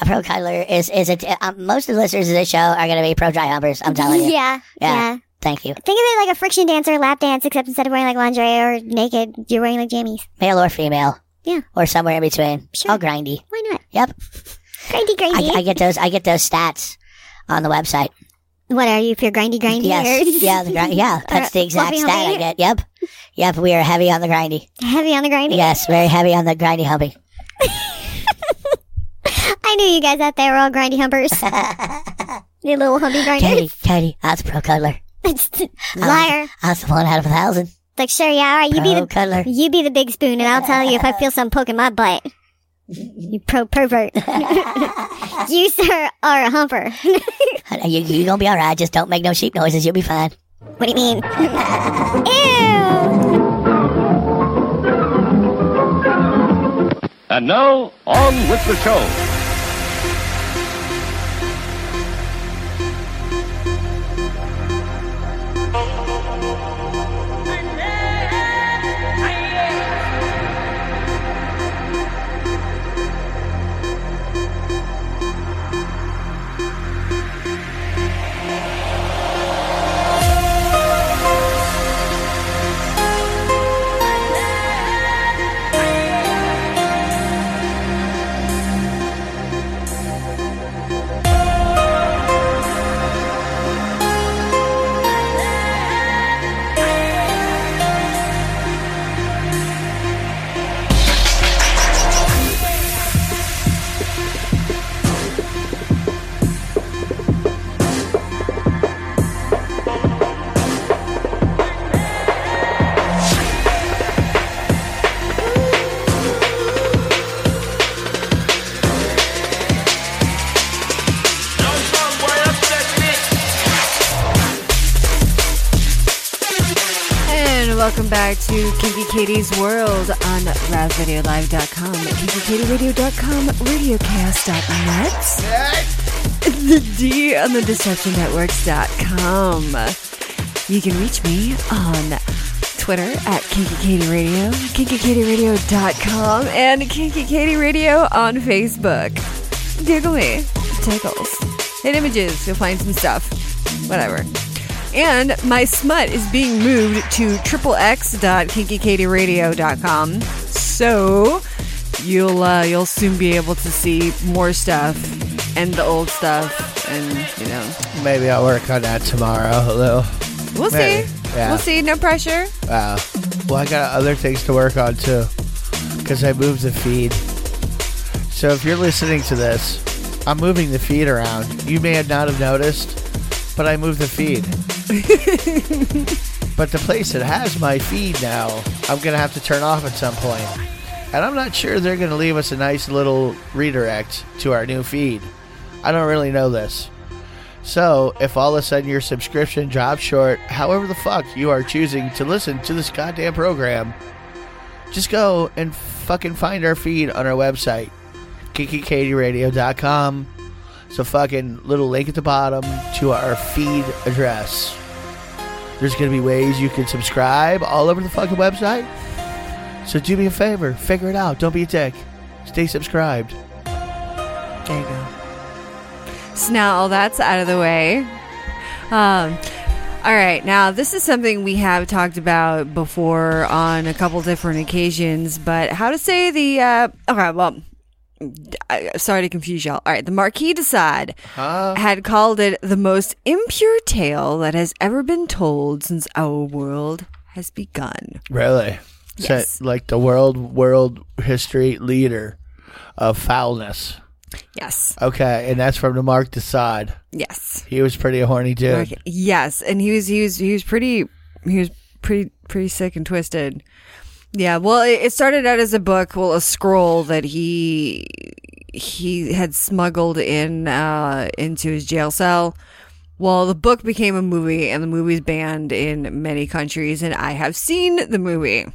Speaker 10: A pro cuddler Oh, is is it um, most of the listeners of this show are going to be pro dry humpers. I'm telling you.
Speaker 3: yeah, yeah.
Speaker 10: Thank you.
Speaker 3: Think of it like a friction dance or lap dance, except instead of wearing like lingerie or naked, you're wearing like jammies.
Speaker 10: Male or female.
Speaker 3: Yeah.
Speaker 10: Or somewhere in between.
Speaker 3: Sure.
Speaker 10: All Oh, grindy.
Speaker 3: Why not?
Speaker 10: Yep.
Speaker 3: Grindy grindy.
Speaker 10: I, I get those. I get those stats on the website.
Speaker 3: what are you if you're grindy grindy?
Speaker 10: Yes.
Speaker 3: or-
Speaker 10: Yeah. The gri- yeah. That's the exact
Speaker 3: Fluffy
Speaker 10: stat I
Speaker 3: humpy?
Speaker 10: get. Yep. Yep. We are heavy on the grindy.
Speaker 3: Heavy on the grindy.
Speaker 10: Yes. Very heavy on the grindy humpy.
Speaker 3: I knew you guys out there were all grindy humpers. you little humpy
Speaker 10: Cody.
Speaker 3: grinders.
Speaker 10: Cody. I was a pro cuddler.
Speaker 3: Liar.
Speaker 10: I was the one out of a thousand.
Speaker 3: Like sure, yeah, all right. You
Speaker 10: Pro
Speaker 3: be the
Speaker 10: cuddler.
Speaker 3: you be the big spoon, and I'll tell you if I feel something poking my butt. You pro pervert. you sir are a humper.
Speaker 10: Uh, You, you gonna be all right. Just don't make no sheep noises. You'll be fine.
Speaker 3: what do you mean? Ew.
Speaker 9: And now, on with the show.
Speaker 6: welcome back to Kinky Katie's World on RazVideoLive.com, KinkyKatieRadio.com, RadioChaos.net, the D on the DeceptionNetworks.com. You can reach me on Twitter at Kinky Katie Radio, KinkyKatieRadio.com, and Kinky Katie Radio on Facebook. Google me, tickles, hit images, you'll find some stuff, whatever. And my smut is being moved to xxx.kinkykatieradio.com. So you'll uh, you'll soon be able to see more stuff and the old stuff and you know
Speaker 8: Maybe I'll work on that tomorrow a little.
Speaker 6: we'll
Speaker 8: Maybe.
Speaker 6: see.
Speaker 8: Yeah.
Speaker 6: We'll see, no pressure.
Speaker 8: Wow. Well, I got other things to work on too, because I moved the feed. So if you're listening to this, I'm moving the feed around. You may have not have noticed, but I moved the feed. but the place that has my feed now, I'm gonna have to turn off at some point. And I'm not sure they're gonna leave us a nice little redirect to our new feed. I don't really know this. So, if all of a sudden your subscription drops short, however the fuck you are choosing to listen to this goddamn program, just go and fucking find our feed on our website, kikikatieradio.com. So, fucking little link at the bottom to our feed address. There's going to be ways you can subscribe all over the fucking website. So, do me a favor, figure it out. Don't be a dick. Stay subscribed.
Speaker 6: There you go. So now all that's out of the way. Um, all right, now this is something we have talked about before on a couple different occasions, but how to say the uh, okay, well, I, sorry to confuse y'all. All right, the Marquis de Sade had called it the most impure tale that has ever been told since our world has begun.
Speaker 8: Really?
Speaker 6: Yes.
Speaker 8: So, like the world world history leader of foulness.
Speaker 6: Yes,
Speaker 8: Okay, and that's from the Mark Desaad.
Speaker 6: yes.
Speaker 8: He was pretty a horny dude.
Speaker 6: Like, yes, and he was he was he was pretty he was pretty pretty sick and twisted. Yeah, well, it, it started out as a book, well, a scroll that he he had smuggled in uh, into his jail cell. Well, the book became a movie, and the movie's banned in many countries. And I have seen the movie.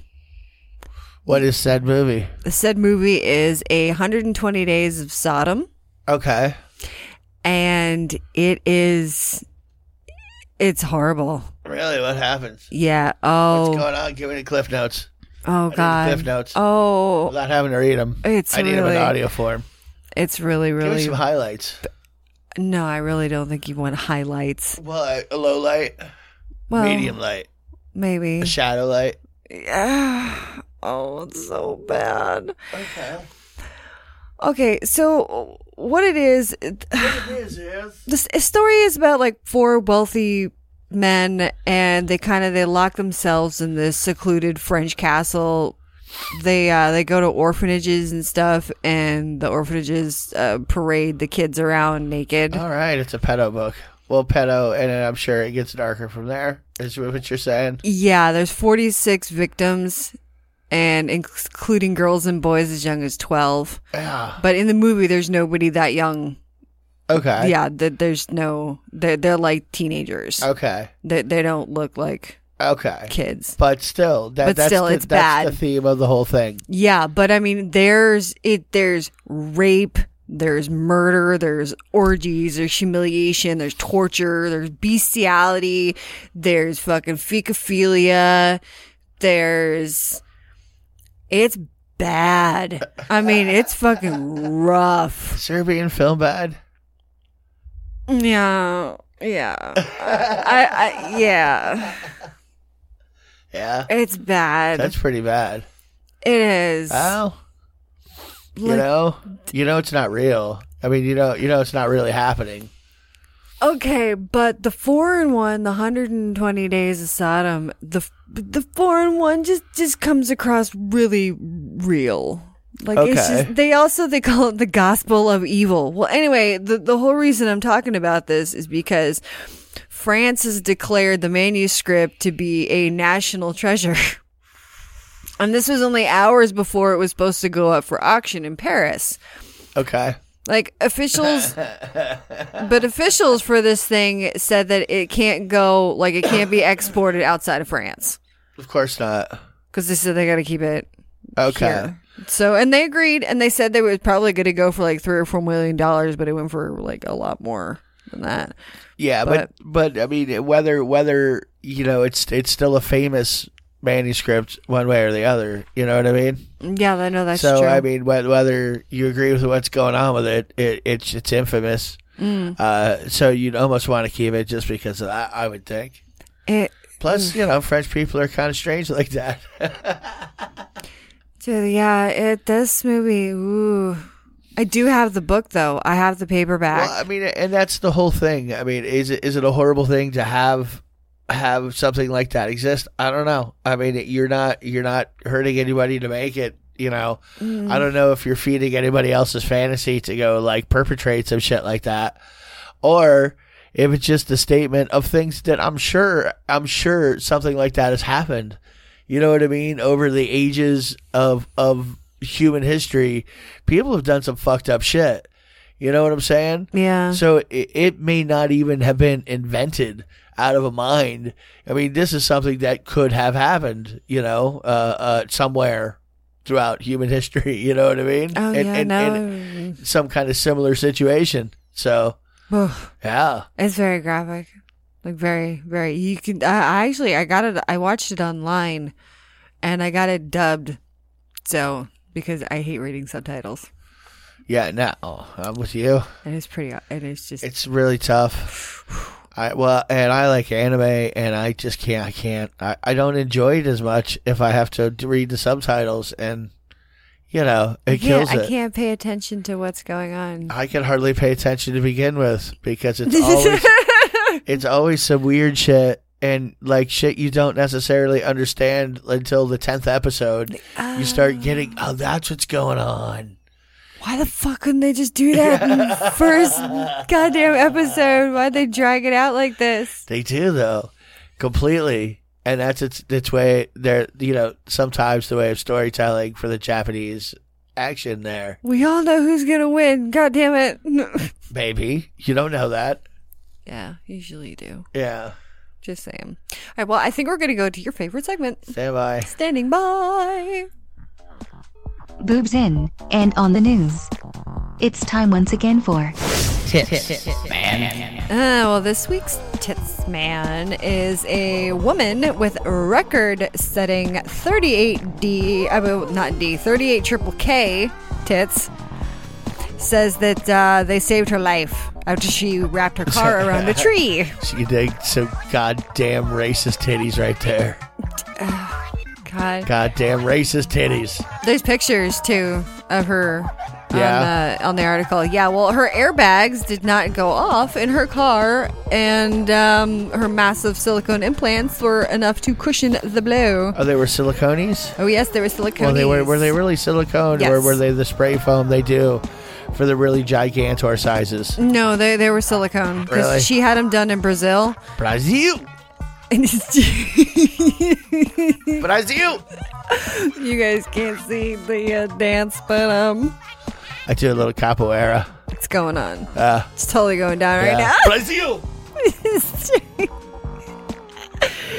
Speaker 8: What is said movie?
Speaker 6: The said movie is a 120 Days of Sodom.
Speaker 8: Okay.
Speaker 6: and it is it's horrible.
Speaker 8: Really, what happens?
Speaker 6: Yeah.
Speaker 8: What's
Speaker 6: Oh.
Speaker 8: going on? Give me the cliff notes.
Speaker 6: Oh
Speaker 8: I need the
Speaker 6: god.
Speaker 8: cliff notes.
Speaker 6: Oh,
Speaker 8: Without having to read them.
Speaker 6: It's
Speaker 8: I need them in
Speaker 6: really-
Speaker 8: audio form.
Speaker 6: it's really
Speaker 8: Give me
Speaker 6: really
Speaker 8: some highlights.
Speaker 6: No, I really don't think you want highlights.
Speaker 8: Well, I- a low light,
Speaker 6: Well,
Speaker 8: medium light,
Speaker 6: maybe.
Speaker 8: a shadow light.
Speaker 6: oh, it's so bad. Okay, so what it is this story is about like four wealthy men and they kind of they lock themselves in this secluded french castle they uh they go to orphanages and stuff and the orphanages uh, parade the kids around naked
Speaker 8: All right, it's a pedo book. Well, pedo, and then I'm sure it gets darker from there. Is what you're saying?
Speaker 6: yeah there's 46 victims and inc- including girls and boys as young as 12
Speaker 8: Yeah.
Speaker 6: but in the movie there's nobody that young
Speaker 8: Okay.
Speaker 6: yeah th- there's no they're, they're like teenagers
Speaker 8: Okay.
Speaker 6: they, they don't look like
Speaker 8: Okay.
Speaker 6: kids
Speaker 8: But still, that,
Speaker 6: But
Speaker 8: that's
Speaker 6: still,
Speaker 8: the,
Speaker 6: it's
Speaker 8: that's
Speaker 6: bad.
Speaker 8: the theme of the whole thing.
Speaker 6: Yeah, but I mean, there's it. There's rape. There's murder. There's orgies. There's humiliation. There's torture. There's bestiality. There's fucking fecophilia. There's it's bad. I mean, it's fucking rough.
Speaker 8: Serbian film bad.
Speaker 6: Yeah, yeah. I, I yeah.
Speaker 8: Yeah.
Speaker 6: It's bad.
Speaker 8: That's Ah. pretty bad.
Speaker 6: it is.
Speaker 8: Well, you
Speaker 6: Like-
Speaker 8: know, you know it's not real. I mean, you know, you know it's not really happening.
Speaker 6: Okay, but the foreign one, the 120 days of Sodom, the the foreign one just just comes across really real. Like it's
Speaker 8: Okay.
Speaker 6: just they also they call it the gospel of evil. Well, anyway, the the whole reason I'm talking about this is because France has declared the manuscript to be a national treasure. And this was only hours before it was supposed to go up for auction in Paris.
Speaker 8: Okay.
Speaker 6: Like officials, but officials for this thing said that it can't go, like it can't be exported outside of France.
Speaker 8: Of course not.
Speaker 6: because they said they got to keep it.
Speaker 8: Okay.
Speaker 6: here. So and they agreed, and they said they were probably going to go for like three or four million dollars, but it went for like a lot more than that.
Speaker 8: Yeah, but, but I mean, whether whether you know, it's it's still a famous manuscript one way or the other. You know what I mean?
Speaker 6: Yeah, I know that's
Speaker 8: so
Speaker 6: true.
Speaker 8: I mean, wh- whether you agree with what's going on with it, it it's it's infamous.
Speaker 6: Mm.
Speaker 8: Uh, so you'd almost want to keep it just because of that. I would think.
Speaker 6: It- Mm.
Speaker 8: Plus, you know, French people are kind of strange like that.
Speaker 6: Dude, yeah, it this movie. Ooh, I do have the book though. I have the paperback.
Speaker 8: Well, I mean, and that's the whole thing. I mean, is it is it a horrible thing to have have something like that exist? I don't know. I mean, you're not you're not hurting anybody to make it. You know,
Speaker 6: Mm.
Speaker 8: I don't know if you're feeding anybody else's fantasy to go like perpetrate some shit like that, or if it's just a statement of things that I'm sure I'm sure something like that has happened. You know what I mean? Over the ages of of human history, people have done some fucked up shit. You know what I'm saying?
Speaker 6: Yeah.
Speaker 8: So it, it may not even have been invented out of a mind. I mean, this is something that could have happened, you know, uh, uh, somewhere throughout human history. You know what I mean?
Speaker 6: oh
Speaker 8: And-
Speaker 6: yeah,
Speaker 8: and-
Speaker 6: no,
Speaker 8: and some kind of similar situation. So,
Speaker 6: Ugh.
Speaker 8: yeah.
Speaker 6: it's very graphic, like very, very. You can. I, I actually, I got it. I watched it online, and I got it dubbed. So because I hate reading subtitles,
Speaker 8: Yeah, no, I'm with you.
Speaker 6: and it's pretty. It is just.
Speaker 8: It's really tough. I well, and I like anime, and I just can't. I can't. I, I don't enjoy it as much if I have to d- read the subtitles, and you know,
Speaker 6: I
Speaker 8: it
Speaker 6: can't-
Speaker 8: kills
Speaker 6: I
Speaker 8: it.
Speaker 6: can't pay attention to what's going on.
Speaker 8: I can hardly pay attention to begin with because it's always it's always some weird shit and like shit you don't necessarily understand until the tenth episode. You start getting oh that's what's going on.
Speaker 6: Why the fuck couldn't they just do that in the first goddamn episode? Why'd they drag it out like this?
Speaker 8: They do though, completely, and that's its its way. There, you know, sometimes the way of storytelling for the Japanese action there.
Speaker 6: We all know who's gonna win. God damn it.
Speaker 8: Maybe you don't know that.
Speaker 6: yeah, usually you do.
Speaker 8: Yeah,
Speaker 6: Just saying. All right, well, I think we're gonna go to your favorite segment.
Speaker 8: stand by.
Speaker 6: Standing by.
Speaker 2: Boobs in, and on the news. It's time once again for
Speaker 6: Uh, well, this week's Tits Man is a woman with record setting 38D, I mean, not D, 38 triple K tits, says that uh, they saved her life after she wrapped her car around a tree.
Speaker 8: She did some goddamn racist titties right there.
Speaker 6: God.
Speaker 8: Goddamn racist titties.
Speaker 6: There's pictures too of her.
Speaker 8: Yeah.
Speaker 6: On, the, um, uh, on the article. Yeah, well, her airbags did not go off in her car, and um, her massive silicone implants were enough to cushion the blow.
Speaker 8: Oh, they were silicones.
Speaker 6: Oh yes, there was silicone.
Speaker 8: Well, they were. Were they really silicone, or
Speaker 6: Yes.
Speaker 8: were they the spray foam they do for the really gigantor sizes?
Speaker 6: No, they they were silicone. 'cause
Speaker 8: Really?
Speaker 6: She had them done in Brazil.
Speaker 8: Brazil,
Speaker 6: And it's-
Speaker 8: Brazil.
Speaker 6: you guys can't see the uh, dance, but um,
Speaker 8: I do a little capoeira.
Speaker 6: it's going on.
Speaker 8: Uh,
Speaker 6: It's totally going down right
Speaker 8: yeah.
Speaker 6: now.
Speaker 8: Brazil.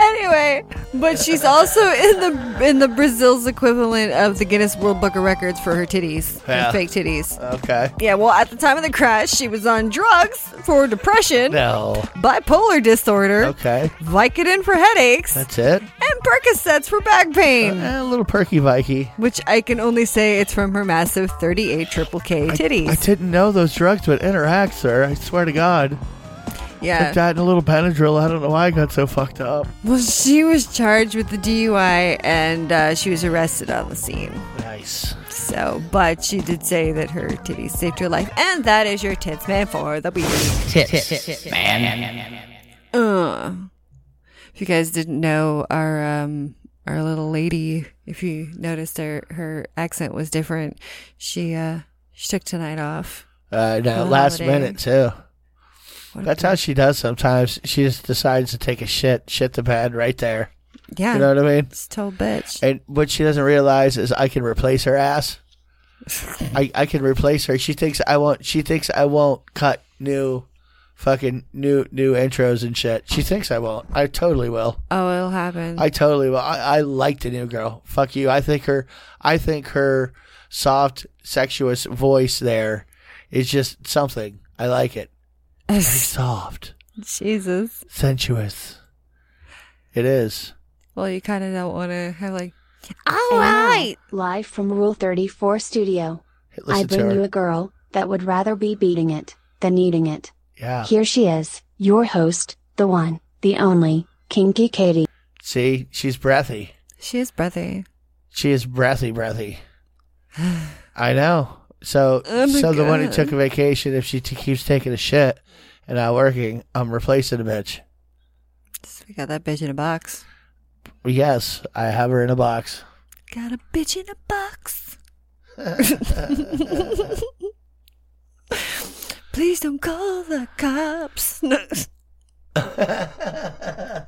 Speaker 6: anyway, but she's also in the in the Brazil's equivalent of the Guinness World Book of Records for her titties, her
Speaker 8: Yeah.
Speaker 6: fake titties.
Speaker 8: Okay.
Speaker 6: Yeah, well, at the time of the crash, she was on drugs for depression,
Speaker 8: No.
Speaker 6: bipolar disorder,
Speaker 8: Okay.
Speaker 6: Vicodin for headaches,
Speaker 8: That's it.
Speaker 6: and Percocets for back pain.
Speaker 8: Eh, a little perky Vikey.
Speaker 6: which I can only say it's from her massive 38 triple K titties.
Speaker 8: I didn't know those drugs would interact, sir. I swear to God.
Speaker 6: yeah.
Speaker 8: Took that and a little Benadryl. I don't know why I got so fucked up.
Speaker 6: Well, she was charged with the DUI and uh, she was arrested on the scene.
Speaker 8: Nice.
Speaker 6: So, but she did say that her titties saved her life. And that is your tits man for the week. Uh, if you guys didn't know, our um, our little lady, if you noticed her her accent was different, she uh she took tonight off.
Speaker 8: Uh,
Speaker 6: the
Speaker 8: no, last
Speaker 6: holiday.
Speaker 8: minute too.
Speaker 6: What a
Speaker 8: That's how she does sometimes. She just decides to take a shit, shit the bed right there.
Speaker 6: Yeah.
Speaker 8: You know what I mean?
Speaker 6: Just told bitch.
Speaker 8: And what she doesn't realize is I can replace her ass. I, I can replace her. She thinks I won't. She thinks I won't cut new fucking new new intros and shit. She thinks I will. I totally will.
Speaker 6: Oh, it'll happen.
Speaker 8: I totally will. I, I like the new girl. Fuck you. I think her. I think her soft, sexuous voice there is just something. I like it. Very soft,
Speaker 6: Jesus.
Speaker 8: sensuous. It is.
Speaker 6: Well, you kind of don't want to have like. All
Speaker 5: And now,
Speaker 6: right.
Speaker 5: live from Rule 34 Studio.
Speaker 8: listen
Speaker 5: I
Speaker 8: to
Speaker 5: bring
Speaker 8: her.
Speaker 5: you a girl that would rather be beating it than eating it.
Speaker 8: Yeah.
Speaker 5: Here she is, your host, the one, the only, Kinky Katie.
Speaker 8: See, she's breathy.
Speaker 6: She is breathy.
Speaker 8: She is breathy, breathy. I know. So,
Speaker 6: Oh my
Speaker 8: so the one who
Speaker 6: God.
Speaker 8: took a vacation, if she t- keeps taking a shit and not working, I'm replacing the bitch.
Speaker 6: We got that bitch in a box.
Speaker 8: Yes, I have her in a box.
Speaker 6: Got a bitch in a box. Please don't call the cops. No.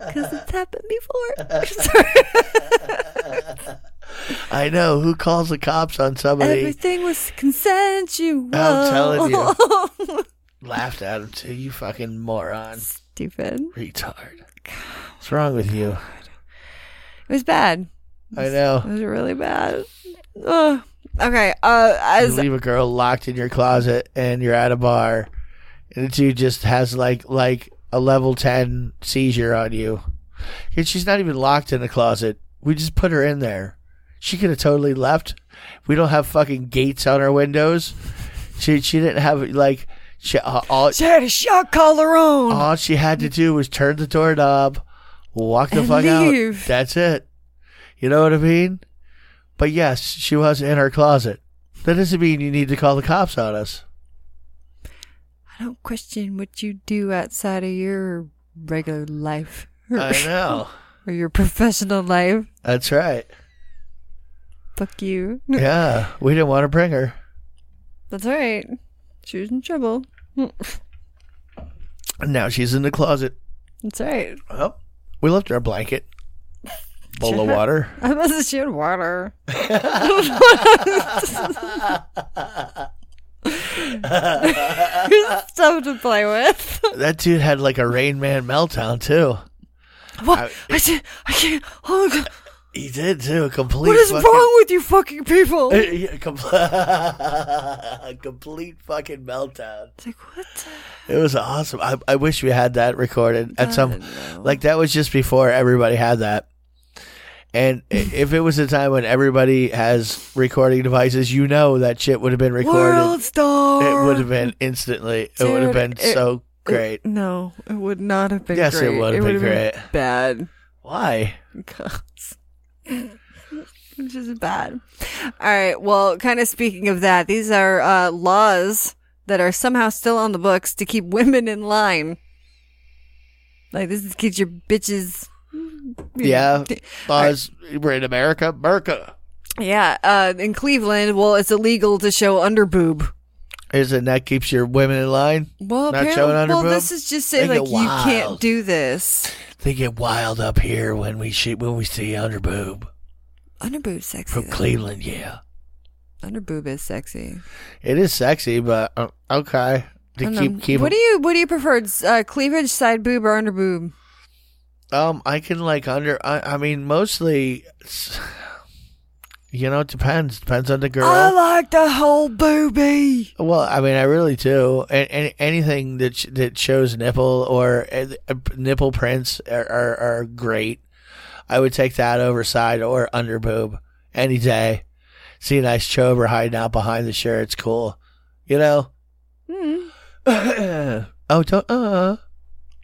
Speaker 6: Because it's happened before.
Speaker 8: I know who calls the cops on somebody.
Speaker 6: Everything was consensual.
Speaker 8: I'm telling
Speaker 6: you.
Speaker 8: Laughed at him too. You fucking moron,
Speaker 6: Stupid. It
Speaker 8: retard. What's wrong with you?
Speaker 6: was bad.
Speaker 8: I know.
Speaker 6: It was really bad. Ugh. Okay. Uh,
Speaker 8: You
Speaker 6: as
Speaker 8: leave a girl locked in your closet and you're at a bar and the dude just has like like a level 10 seizure on you and she's not even locked in the closet we just put her in there she could have totally left we don't have fucking gates on our windows she she didn't have like she, uh, all,
Speaker 6: she had a shock collar on.
Speaker 8: all she had to do was turn the doorknob walk the
Speaker 6: And
Speaker 8: fuck
Speaker 6: leave.
Speaker 8: out that's it you know what i mean but yes she was in her closet that doesn't mean you need to call the cops on us
Speaker 6: I don't question what you do outside of your regular life.
Speaker 8: I know.
Speaker 6: or your professional life.
Speaker 8: That's right.
Speaker 6: Fuck you.
Speaker 8: Yeah, we didn't want to bring her.
Speaker 6: That's all right. She was in trouble.
Speaker 8: And now she's in the closet.
Speaker 6: That's all right.
Speaker 8: Oh, we left her a blanket, bowl of water.
Speaker 6: I must have shared water. Stuff to play with.
Speaker 8: That dude had like a Rain Man meltdown too.
Speaker 6: What? I, said, I can't. Oh, my God.
Speaker 8: He did too. Complete.
Speaker 6: What is
Speaker 8: fucking-
Speaker 6: wrong with you fucking people?
Speaker 8: Uh, yeah, com- complete fucking meltdown.
Speaker 6: It's like, what? the-
Speaker 8: It was awesome. I, I wish we had that recorded at some, like that was just before everybody had that. And i- if it was a time when everybody has recording devices, you know that shit would have been recorded.
Speaker 6: World star.
Speaker 8: It would have been instantly. it would have
Speaker 6: Dude,
Speaker 8: been
Speaker 6: it-
Speaker 8: so great.
Speaker 6: It- no, it would not have been
Speaker 8: Yes, it
Speaker 6: great.
Speaker 8: would have been
Speaker 6: would
Speaker 8: great.
Speaker 6: bad.
Speaker 8: Why?
Speaker 6: Because. Which is bad. All right. Well, kind of speaking of that, these are uh, laws that are somehow still on the books to keep women in line. Like, this is get your bitches.
Speaker 8: Yeah. Laws. We're in America. America.
Speaker 6: Yeah. Uh, in Cleveland, well, it's illegal to show underboob.
Speaker 8: Isn't that keeps your women in line?
Speaker 6: Well,
Speaker 8: Not
Speaker 6: apparently,
Speaker 8: showing
Speaker 6: well,
Speaker 8: underboob?
Speaker 6: this is just saying
Speaker 8: They
Speaker 6: like
Speaker 8: get
Speaker 6: you can't
Speaker 8: wild.
Speaker 6: do this.
Speaker 8: They get wild up here when we see when we see underboob
Speaker 6: Underboob sexy.
Speaker 8: from
Speaker 6: though.
Speaker 8: Cleveland. Yeah,
Speaker 6: Underboob is sexy.
Speaker 8: it is sexy, but uh,
Speaker 6: I
Speaker 8: okay. To
Speaker 6: don't
Speaker 8: keep
Speaker 6: know.
Speaker 8: keep
Speaker 6: what do you what do you prefer? It's, Uh, cleavage, side boob, or under boob?
Speaker 8: um, I can like under. I, I mean, mostly. it's- You know, it depends. Depends on the girl.
Speaker 6: like the whole booby.
Speaker 8: Well, I mean, I really do. And, and anything that sh- that shows nipple or uh, uh, nipple prints are, are are great. I would take that over side or under boob any day. See a nice chover hiding out behind the shirt. It's cool, you know.
Speaker 6: Hmm.
Speaker 8: oh, don't. Uh,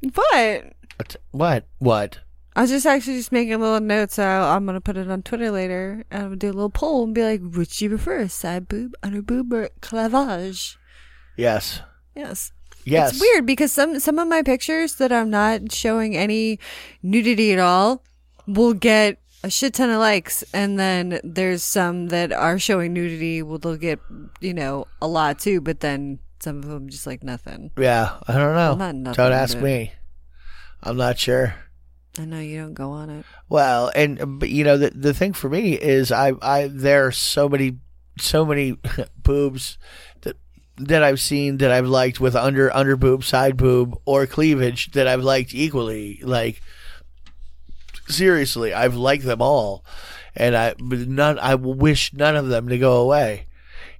Speaker 6: But
Speaker 8: What- what? What?
Speaker 6: I was just actually just making a little note, so I'm gonna put it on Twitter later, and I'm gonna do a little poll and be like, which do you prefer, side boob, under boob, or clavage?
Speaker 8: Yes.
Speaker 6: Yes.
Speaker 8: Yes.
Speaker 6: It's weird because some some of my pictures that I'm not showing any nudity at all will get a shit ton of likes, and then there's some that are showing nudity will they'll get you know a lot too, but then some of them just like nothing.
Speaker 8: Yeah. I don't know.
Speaker 6: I'm not nothing
Speaker 8: don't ask
Speaker 6: but-
Speaker 8: me. I'm not sure.
Speaker 6: I know you don't go on it.
Speaker 8: Well, and but you know the the thing for me is I I there are so many so many boobs that that I've seen that I've liked with under under boob, side boob, or cleavage that I've liked equally. Like seriously, I've liked them all, and I but none. I wish none of them to go away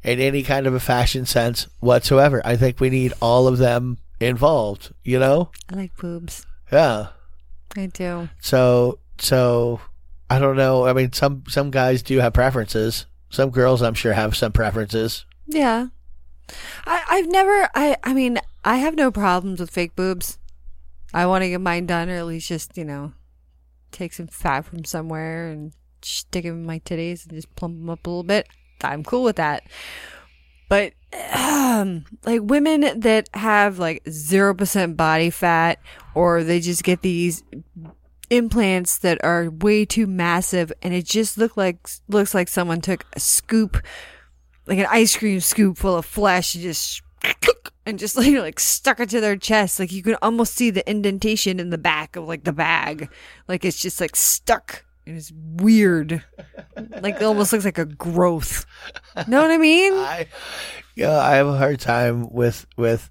Speaker 8: in any kind of a fashion sense whatsoever. I think we need all of them involved. You know?
Speaker 6: I like boobs.
Speaker 8: Yeah.
Speaker 6: I do.
Speaker 8: So so I don't know. I mean some some guys do have preferences. Some girls I'm sure have some preferences.
Speaker 6: Yeah. I, I've never, I, I mean, I have no problems with fake boobs. I want to get mine done or at least just, you know, take some fat from somewhere and stick it in my titties and just plump them up a little bit. I'm cool with that. But, um, like women that have like 0% body fat or they just get these implants that are way too massive and it just look like looks like someone took a scoop like an ice cream scoop full of flesh and just and just like, like stuck it to their chest like you can almost see the indentation in the back of like the bag like it's just like stuck and it's weird like it almost looks like a growth know what i mean
Speaker 8: I yeah, I have a hard time with with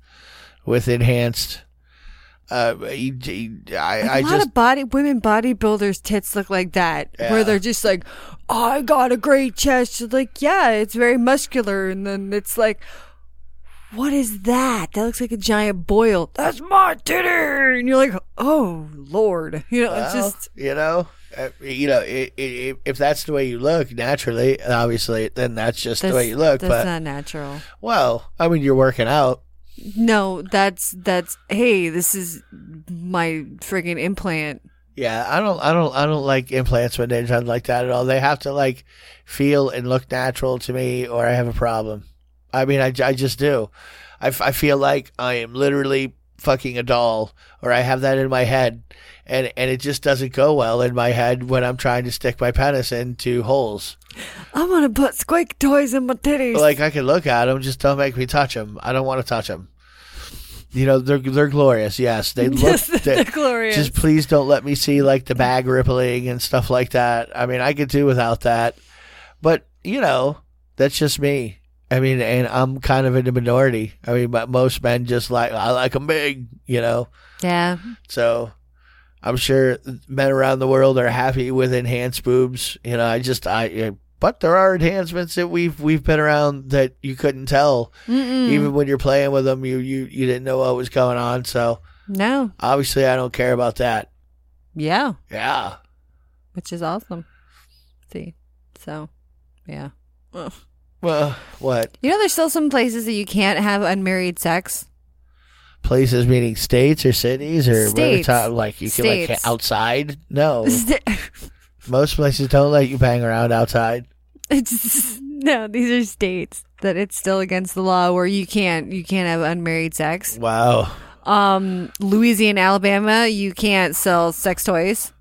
Speaker 8: with enhanced uh I, I, I
Speaker 6: a lot
Speaker 8: just
Speaker 6: of body women bodybuilders tits look like that where they're just like oh, i got a great chest You're like yeah it's very muscular and then it's like what is that that looks like a giant boil that's my titty and you're like oh lord you know it's
Speaker 8: Well,
Speaker 6: just
Speaker 8: you know, uh, you know, i i i if that's the way you look naturally, obviously, then that's just the
Speaker 6: that's,
Speaker 8: way you look.
Speaker 6: that's
Speaker 8: But
Speaker 6: not natural
Speaker 8: well, I mean, you're working out.
Speaker 6: no that's that's hey this is my friggin implant
Speaker 8: Yeah, I don't, I don't, I don't like implants when they're done like that at all. They have to like feel and look natural to me, or I have a problem. I mean, I, I just do. I, f- I feel like I am literally fucking a doll, or I have that in my head, and and it just doesn't go well in my head when I'm trying to stick my penis into holes.
Speaker 6: i want to put squeak toys in my titties
Speaker 8: like I can look at them, just don't make me touch them. I don't want to touch them. You know they're they're glorious. Yes, they look.
Speaker 6: Yes,
Speaker 8: they-
Speaker 6: they're glorious.
Speaker 8: Just please don't let me see like the bag rippling and stuff like that. I mean, I could do without that, but you know that's just me. I mean, and I'm kind of in the minority. I mean, but most men just like I like them big. You know,
Speaker 6: yeah
Speaker 8: so I'm sure men around the world are happy with enhanced boobs. You know, I just I, I but there are enhancements that we've we've been around that you couldn't tell
Speaker 6: Hmm.
Speaker 8: even when you're playing with them. You you you didn't know what was going on. So
Speaker 6: no
Speaker 8: obviously, I don't care about that.
Speaker 6: yeah
Speaker 8: Yeah.
Speaker 6: which is awesome. See, so yeah. Ugh.
Speaker 8: Well, what
Speaker 6: You know, there's still some places that you can't have unmarried sex.
Speaker 8: places meaning states or cities or
Speaker 6: States.
Speaker 8: Where like you can like
Speaker 6: States.
Speaker 8: outside? No,
Speaker 6: It's-
Speaker 8: most places don't let you bang around outside.
Speaker 6: no, these are states that it's still against the law where you can't you can't have unmarried sex.
Speaker 8: Wow.
Speaker 6: Um, Louisiana, Alabama, you can't sell sex toys.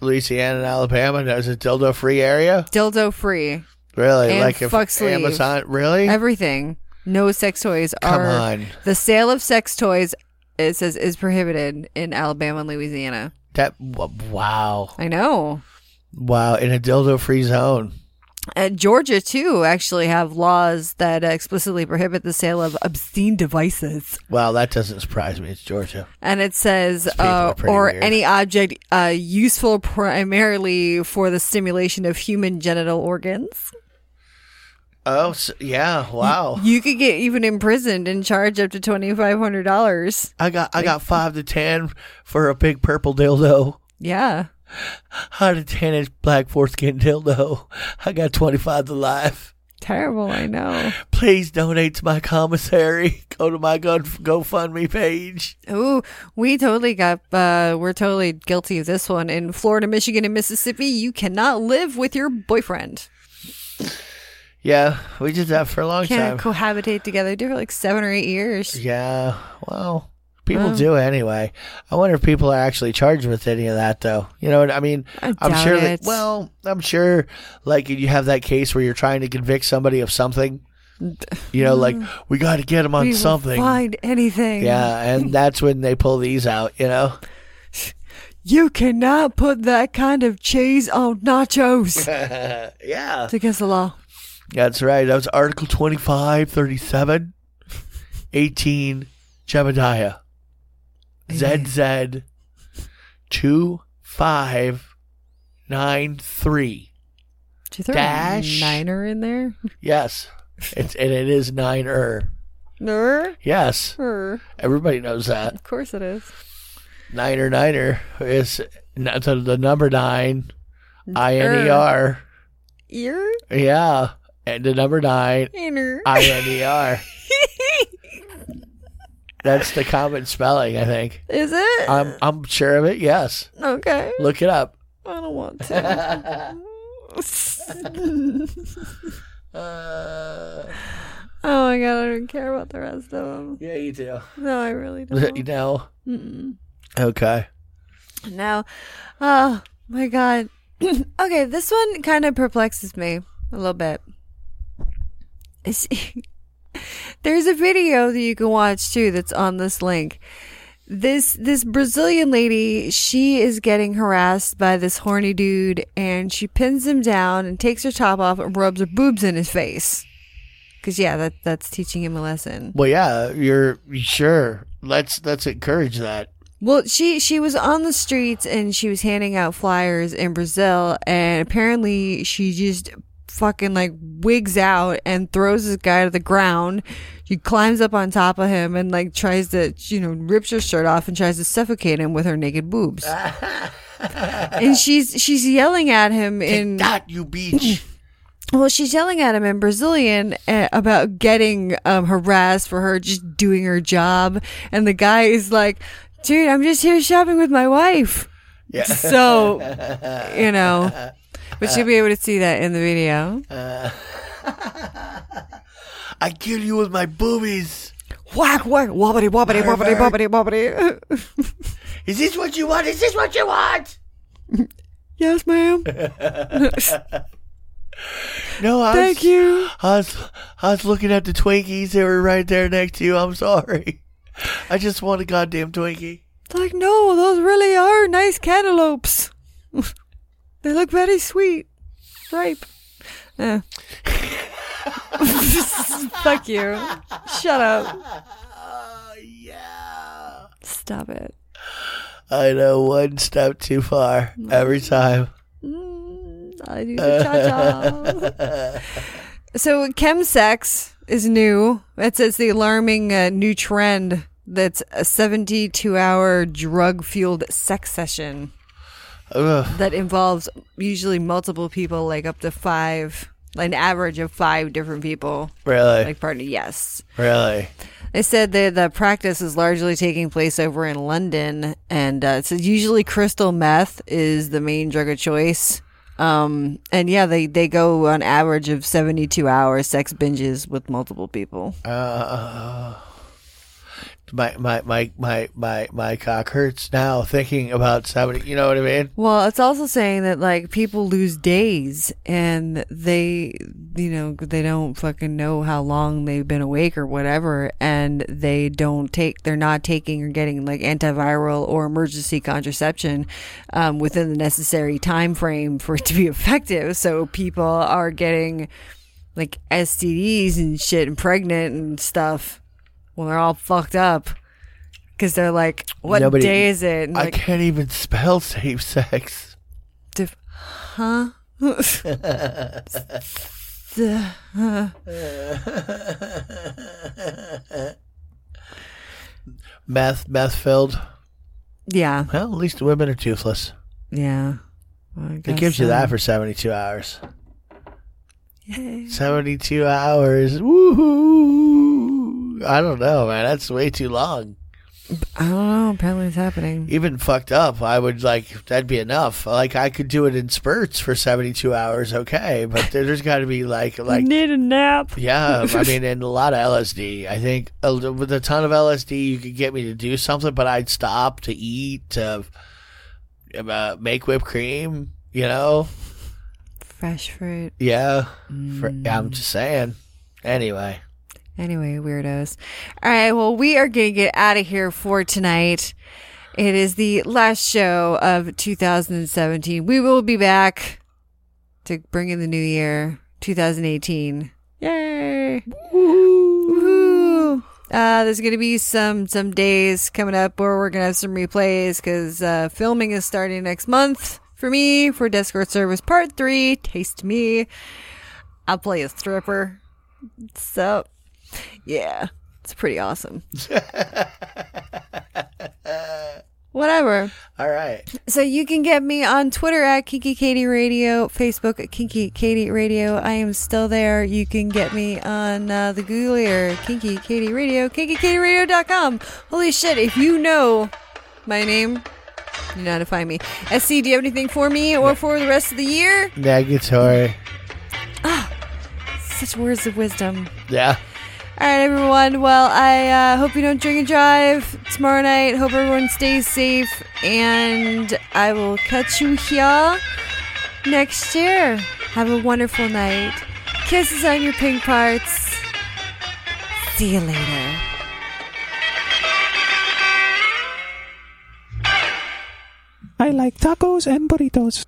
Speaker 8: Louisiana and Alabama there's a dildo free area.
Speaker 6: Dildo free,
Speaker 8: Really?
Speaker 6: And
Speaker 8: like if
Speaker 6: fuck sleeve.
Speaker 8: Amazon really?
Speaker 6: everything. No sex toys
Speaker 8: Come
Speaker 6: are
Speaker 8: on.
Speaker 6: the sale of sex toys. It says is prohibited in Alabama and Louisiana.
Speaker 8: that w- wow.
Speaker 6: I know.
Speaker 8: Wow, in a dildo free zone.
Speaker 6: Uh, Georgia too actually have laws that explicitly prohibit the sale of obscene devices,
Speaker 8: Wow, that doesn't surprise me. It's Georgia.
Speaker 6: and it says
Speaker 8: These people
Speaker 6: uh,
Speaker 8: are pretty
Speaker 6: or
Speaker 8: weird.
Speaker 6: any object uh, useful primarily for the stimulation of human genital organs.
Speaker 8: Oh, s yeah. Wow.
Speaker 6: You could get even imprisoned and charged up to twenty five hundred dollars.
Speaker 8: I got I got 5 to 10 for a big purple dildo.
Speaker 6: Yeah,
Speaker 8: Out of 10 inch black foreskin dildo. I got 25 to life.
Speaker 6: terrible. I know.
Speaker 8: Please donate to my commissary. Go to my Go- GoFundMe page.
Speaker 6: Ooh, we totally got. Uh, we're totally guilty of this one in Florida, Michigan, and Mississippi. You cannot live with your boyfriend.
Speaker 8: Yeah, we did that for a long
Speaker 6: can't
Speaker 8: time.
Speaker 6: cohabitate together. Do it for like seven or eight years.
Speaker 8: Yeah, well, people do anyway. I wonder if people are actually charged with any of that, though. You know what I mean?
Speaker 6: I
Speaker 8: am
Speaker 6: doubt
Speaker 8: sure.
Speaker 6: it.
Speaker 8: That, well, I'm sure. Like you have that case where you're trying to convict somebody of something. You know, like we got to get them on
Speaker 6: we will
Speaker 8: something.
Speaker 6: find anything.
Speaker 8: Yeah, and that's when they pull these out. You know,
Speaker 6: You cannot put that kind of cheese on nachos. it's
Speaker 8: yeah,
Speaker 6: against the law.
Speaker 8: that's right. That was Article 25, 37. 18 Jebediah. ZZ 2593.
Speaker 6: Did you throw
Speaker 8: Dash.
Speaker 6: a niner in there?
Speaker 8: Yes. It's, and it is 9er.
Speaker 6: Ner?
Speaker 8: Yes.
Speaker 6: Er.
Speaker 8: Everybody knows that.
Speaker 6: Of course it is.
Speaker 8: Niner Niner is n- the, the number nine, I N E R.
Speaker 6: Ear?
Speaker 8: Yeah, and the number nine,
Speaker 6: Inner.
Speaker 8: I N E R. That's the common spelling, I think.
Speaker 6: Is it?
Speaker 8: I'm I'm sure of it. Yes,
Speaker 6: okay.
Speaker 8: look it up.
Speaker 6: I don't want to. oh my god, I don't care about the rest of them.
Speaker 8: Yeah, you do.
Speaker 6: No, I really
Speaker 8: you
Speaker 6: don't.
Speaker 8: know.
Speaker 6: Mm-mm.
Speaker 8: Okay.
Speaker 6: No. Oh my god. okay, this one kind of perplexes me a little bit. It's- There's a video that you can watch too that's on this link. This this Brazilian lady, she is getting harassed by this horny dude and she pins him down and takes her top off and rubs her boobs in his face. Cuz yeah, that that's teaching him a lesson.
Speaker 8: Well, yeah, you're sure. Let's let's encourage that.
Speaker 6: Well, she she was on the streets and she was handing out flyers in Brazil, and apparently she just fucking like wigs out and throws this guy to the ground. She climbs up on top of him and like tries to you know rips her shirt off and tries to suffocate him with her naked boobs. and she's she's yelling at him in
Speaker 8: Not you beach.
Speaker 6: well, she's yelling at him in Brazilian uh, about getting um, harassed for her just doing her job, and the guy is like, "Dude, I'm just here shopping with my wife."
Speaker 8: Yeah.
Speaker 6: So, you know, but you'll be able to see that in the video.
Speaker 8: I kill you with my boobies.
Speaker 6: Whack whack wobbity wobbity wobbity wobbity wobbity.
Speaker 8: Is this what you want? Is this what you want?
Speaker 6: yes, ma'am.
Speaker 8: No, I
Speaker 6: Thank
Speaker 8: was-
Speaker 6: you.
Speaker 8: I was, I was looking at the Twinkies. They were right there next to you. I'm sorry. I just want a goddamn Twinkie.
Speaker 6: It's like, no, those really are nice cantaloupes. they look very sweet. Ripe. Eh. Fuck you. Shut up.
Speaker 8: Oh, yeah.
Speaker 6: Stop it.
Speaker 8: I know one step too far every time.
Speaker 6: Mm, I do the cha-cha. so chemsex is new. It's, it's the alarming uh, new trend that's a 72-hour drug-fueled sex session.
Speaker 8: Ugh.
Speaker 6: that involves usually multiple people, like up to five, like an average of five different people,
Speaker 8: Really?
Speaker 6: like partner. Yes,
Speaker 8: really?
Speaker 6: they said that the practice is largely taking place over in London, and uh, so usually crystal meth is the main drug of choice. Um, and yeah, they they go on average of seventy two hour sex binges with multiple people.
Speaker 8: Uh, my, my, my, my, my, my cock hurts now thinking about somebody. You know what I mean?
Speaker 6: Well, it's also saying that like people lose days and they, you know, they don't fucking know how long they've been awake or whatever, and they don't take, they're not taking or getting like antiviral or emergency contraception um, within the necessary time frame for it to be effective. So people are getting like STDs and shit and pregnant and stuff when they're all fucked up because they're like, what
Speaker 8: Nobody-
Speaker 6: day is it? And,
Speaker 8: I
Speaker 6: like,
Speaker 8: can't even spell safe sex.
Speaker 6: Diff- huh? The- huh.
Speaker 8: Meth, meth filled.
Speaker 6: yeah,
Speaker 8: Well, at least women are toothless.
Speaker 6: yeah. Well, I
Speaker 8: It
Speaker 6: guess
Speaker 8: gives you
Speaker 6: so.
Speaker 8: that for 72 hours. 72 hours. Woohoo. I don't know, man. That's way too long.
Speaker 6: I don't know. Apparently, it's happening.
Speaker 8: Even fucked up, I would like, that'd be enough. Like, I could do it in spurts for 72 hours, okay. But there- there's got to be like, like,
Speaker 6: need a nap.
Speaker 8: yeah, I mean, and a lot of LSD. I think a l- with a ton of LSD, you could get me to do something, but I'd stop to eat, to uh, make whipped cream, you know?
Speaker 6: Fresh fruit.
Speaker 8: Yeah. For, I'm just saying. Anyway.
Speaker 6: Anyway, weirdos. All right. Well, we are going to get out of here for tonight. It is the last show of 2017. We will be back to bring in the new year, 2018. Yay! Woohoo! Uh, there's going to be some some days coming up where we're going to have some replays because uh, filming is starting next month for me for Discord Service Part Three. Taste me. I play a stripper. So, yeah, it's pretty awesome. Whatever.
Speaker 8: All right.
Speaker 6: So you can get me on Twitter at Kinky Katie Radio, Facebook at Kinky Katie Radio. I am still there. You can get me on uh, the Googlier, Kinky Katie Radio, kinkykatieradio.com. Holy shit, if you know my name, you know how to find me. SC, do you have anything for me or for the rest of the year?
Speaker 8: Negatory.
Speaker 6: Such words of wisdom.
Speaker 8: Yeah.
Speaker 6: All right, everyone. Well, I uh, hope you don't drink and drive tomorrow night. Hope everyone stays safe, and I will catch you here next year. Have a wonderful night. Kisses on your pink parts. See you later.
Speaker 11: I like tacos and burritos.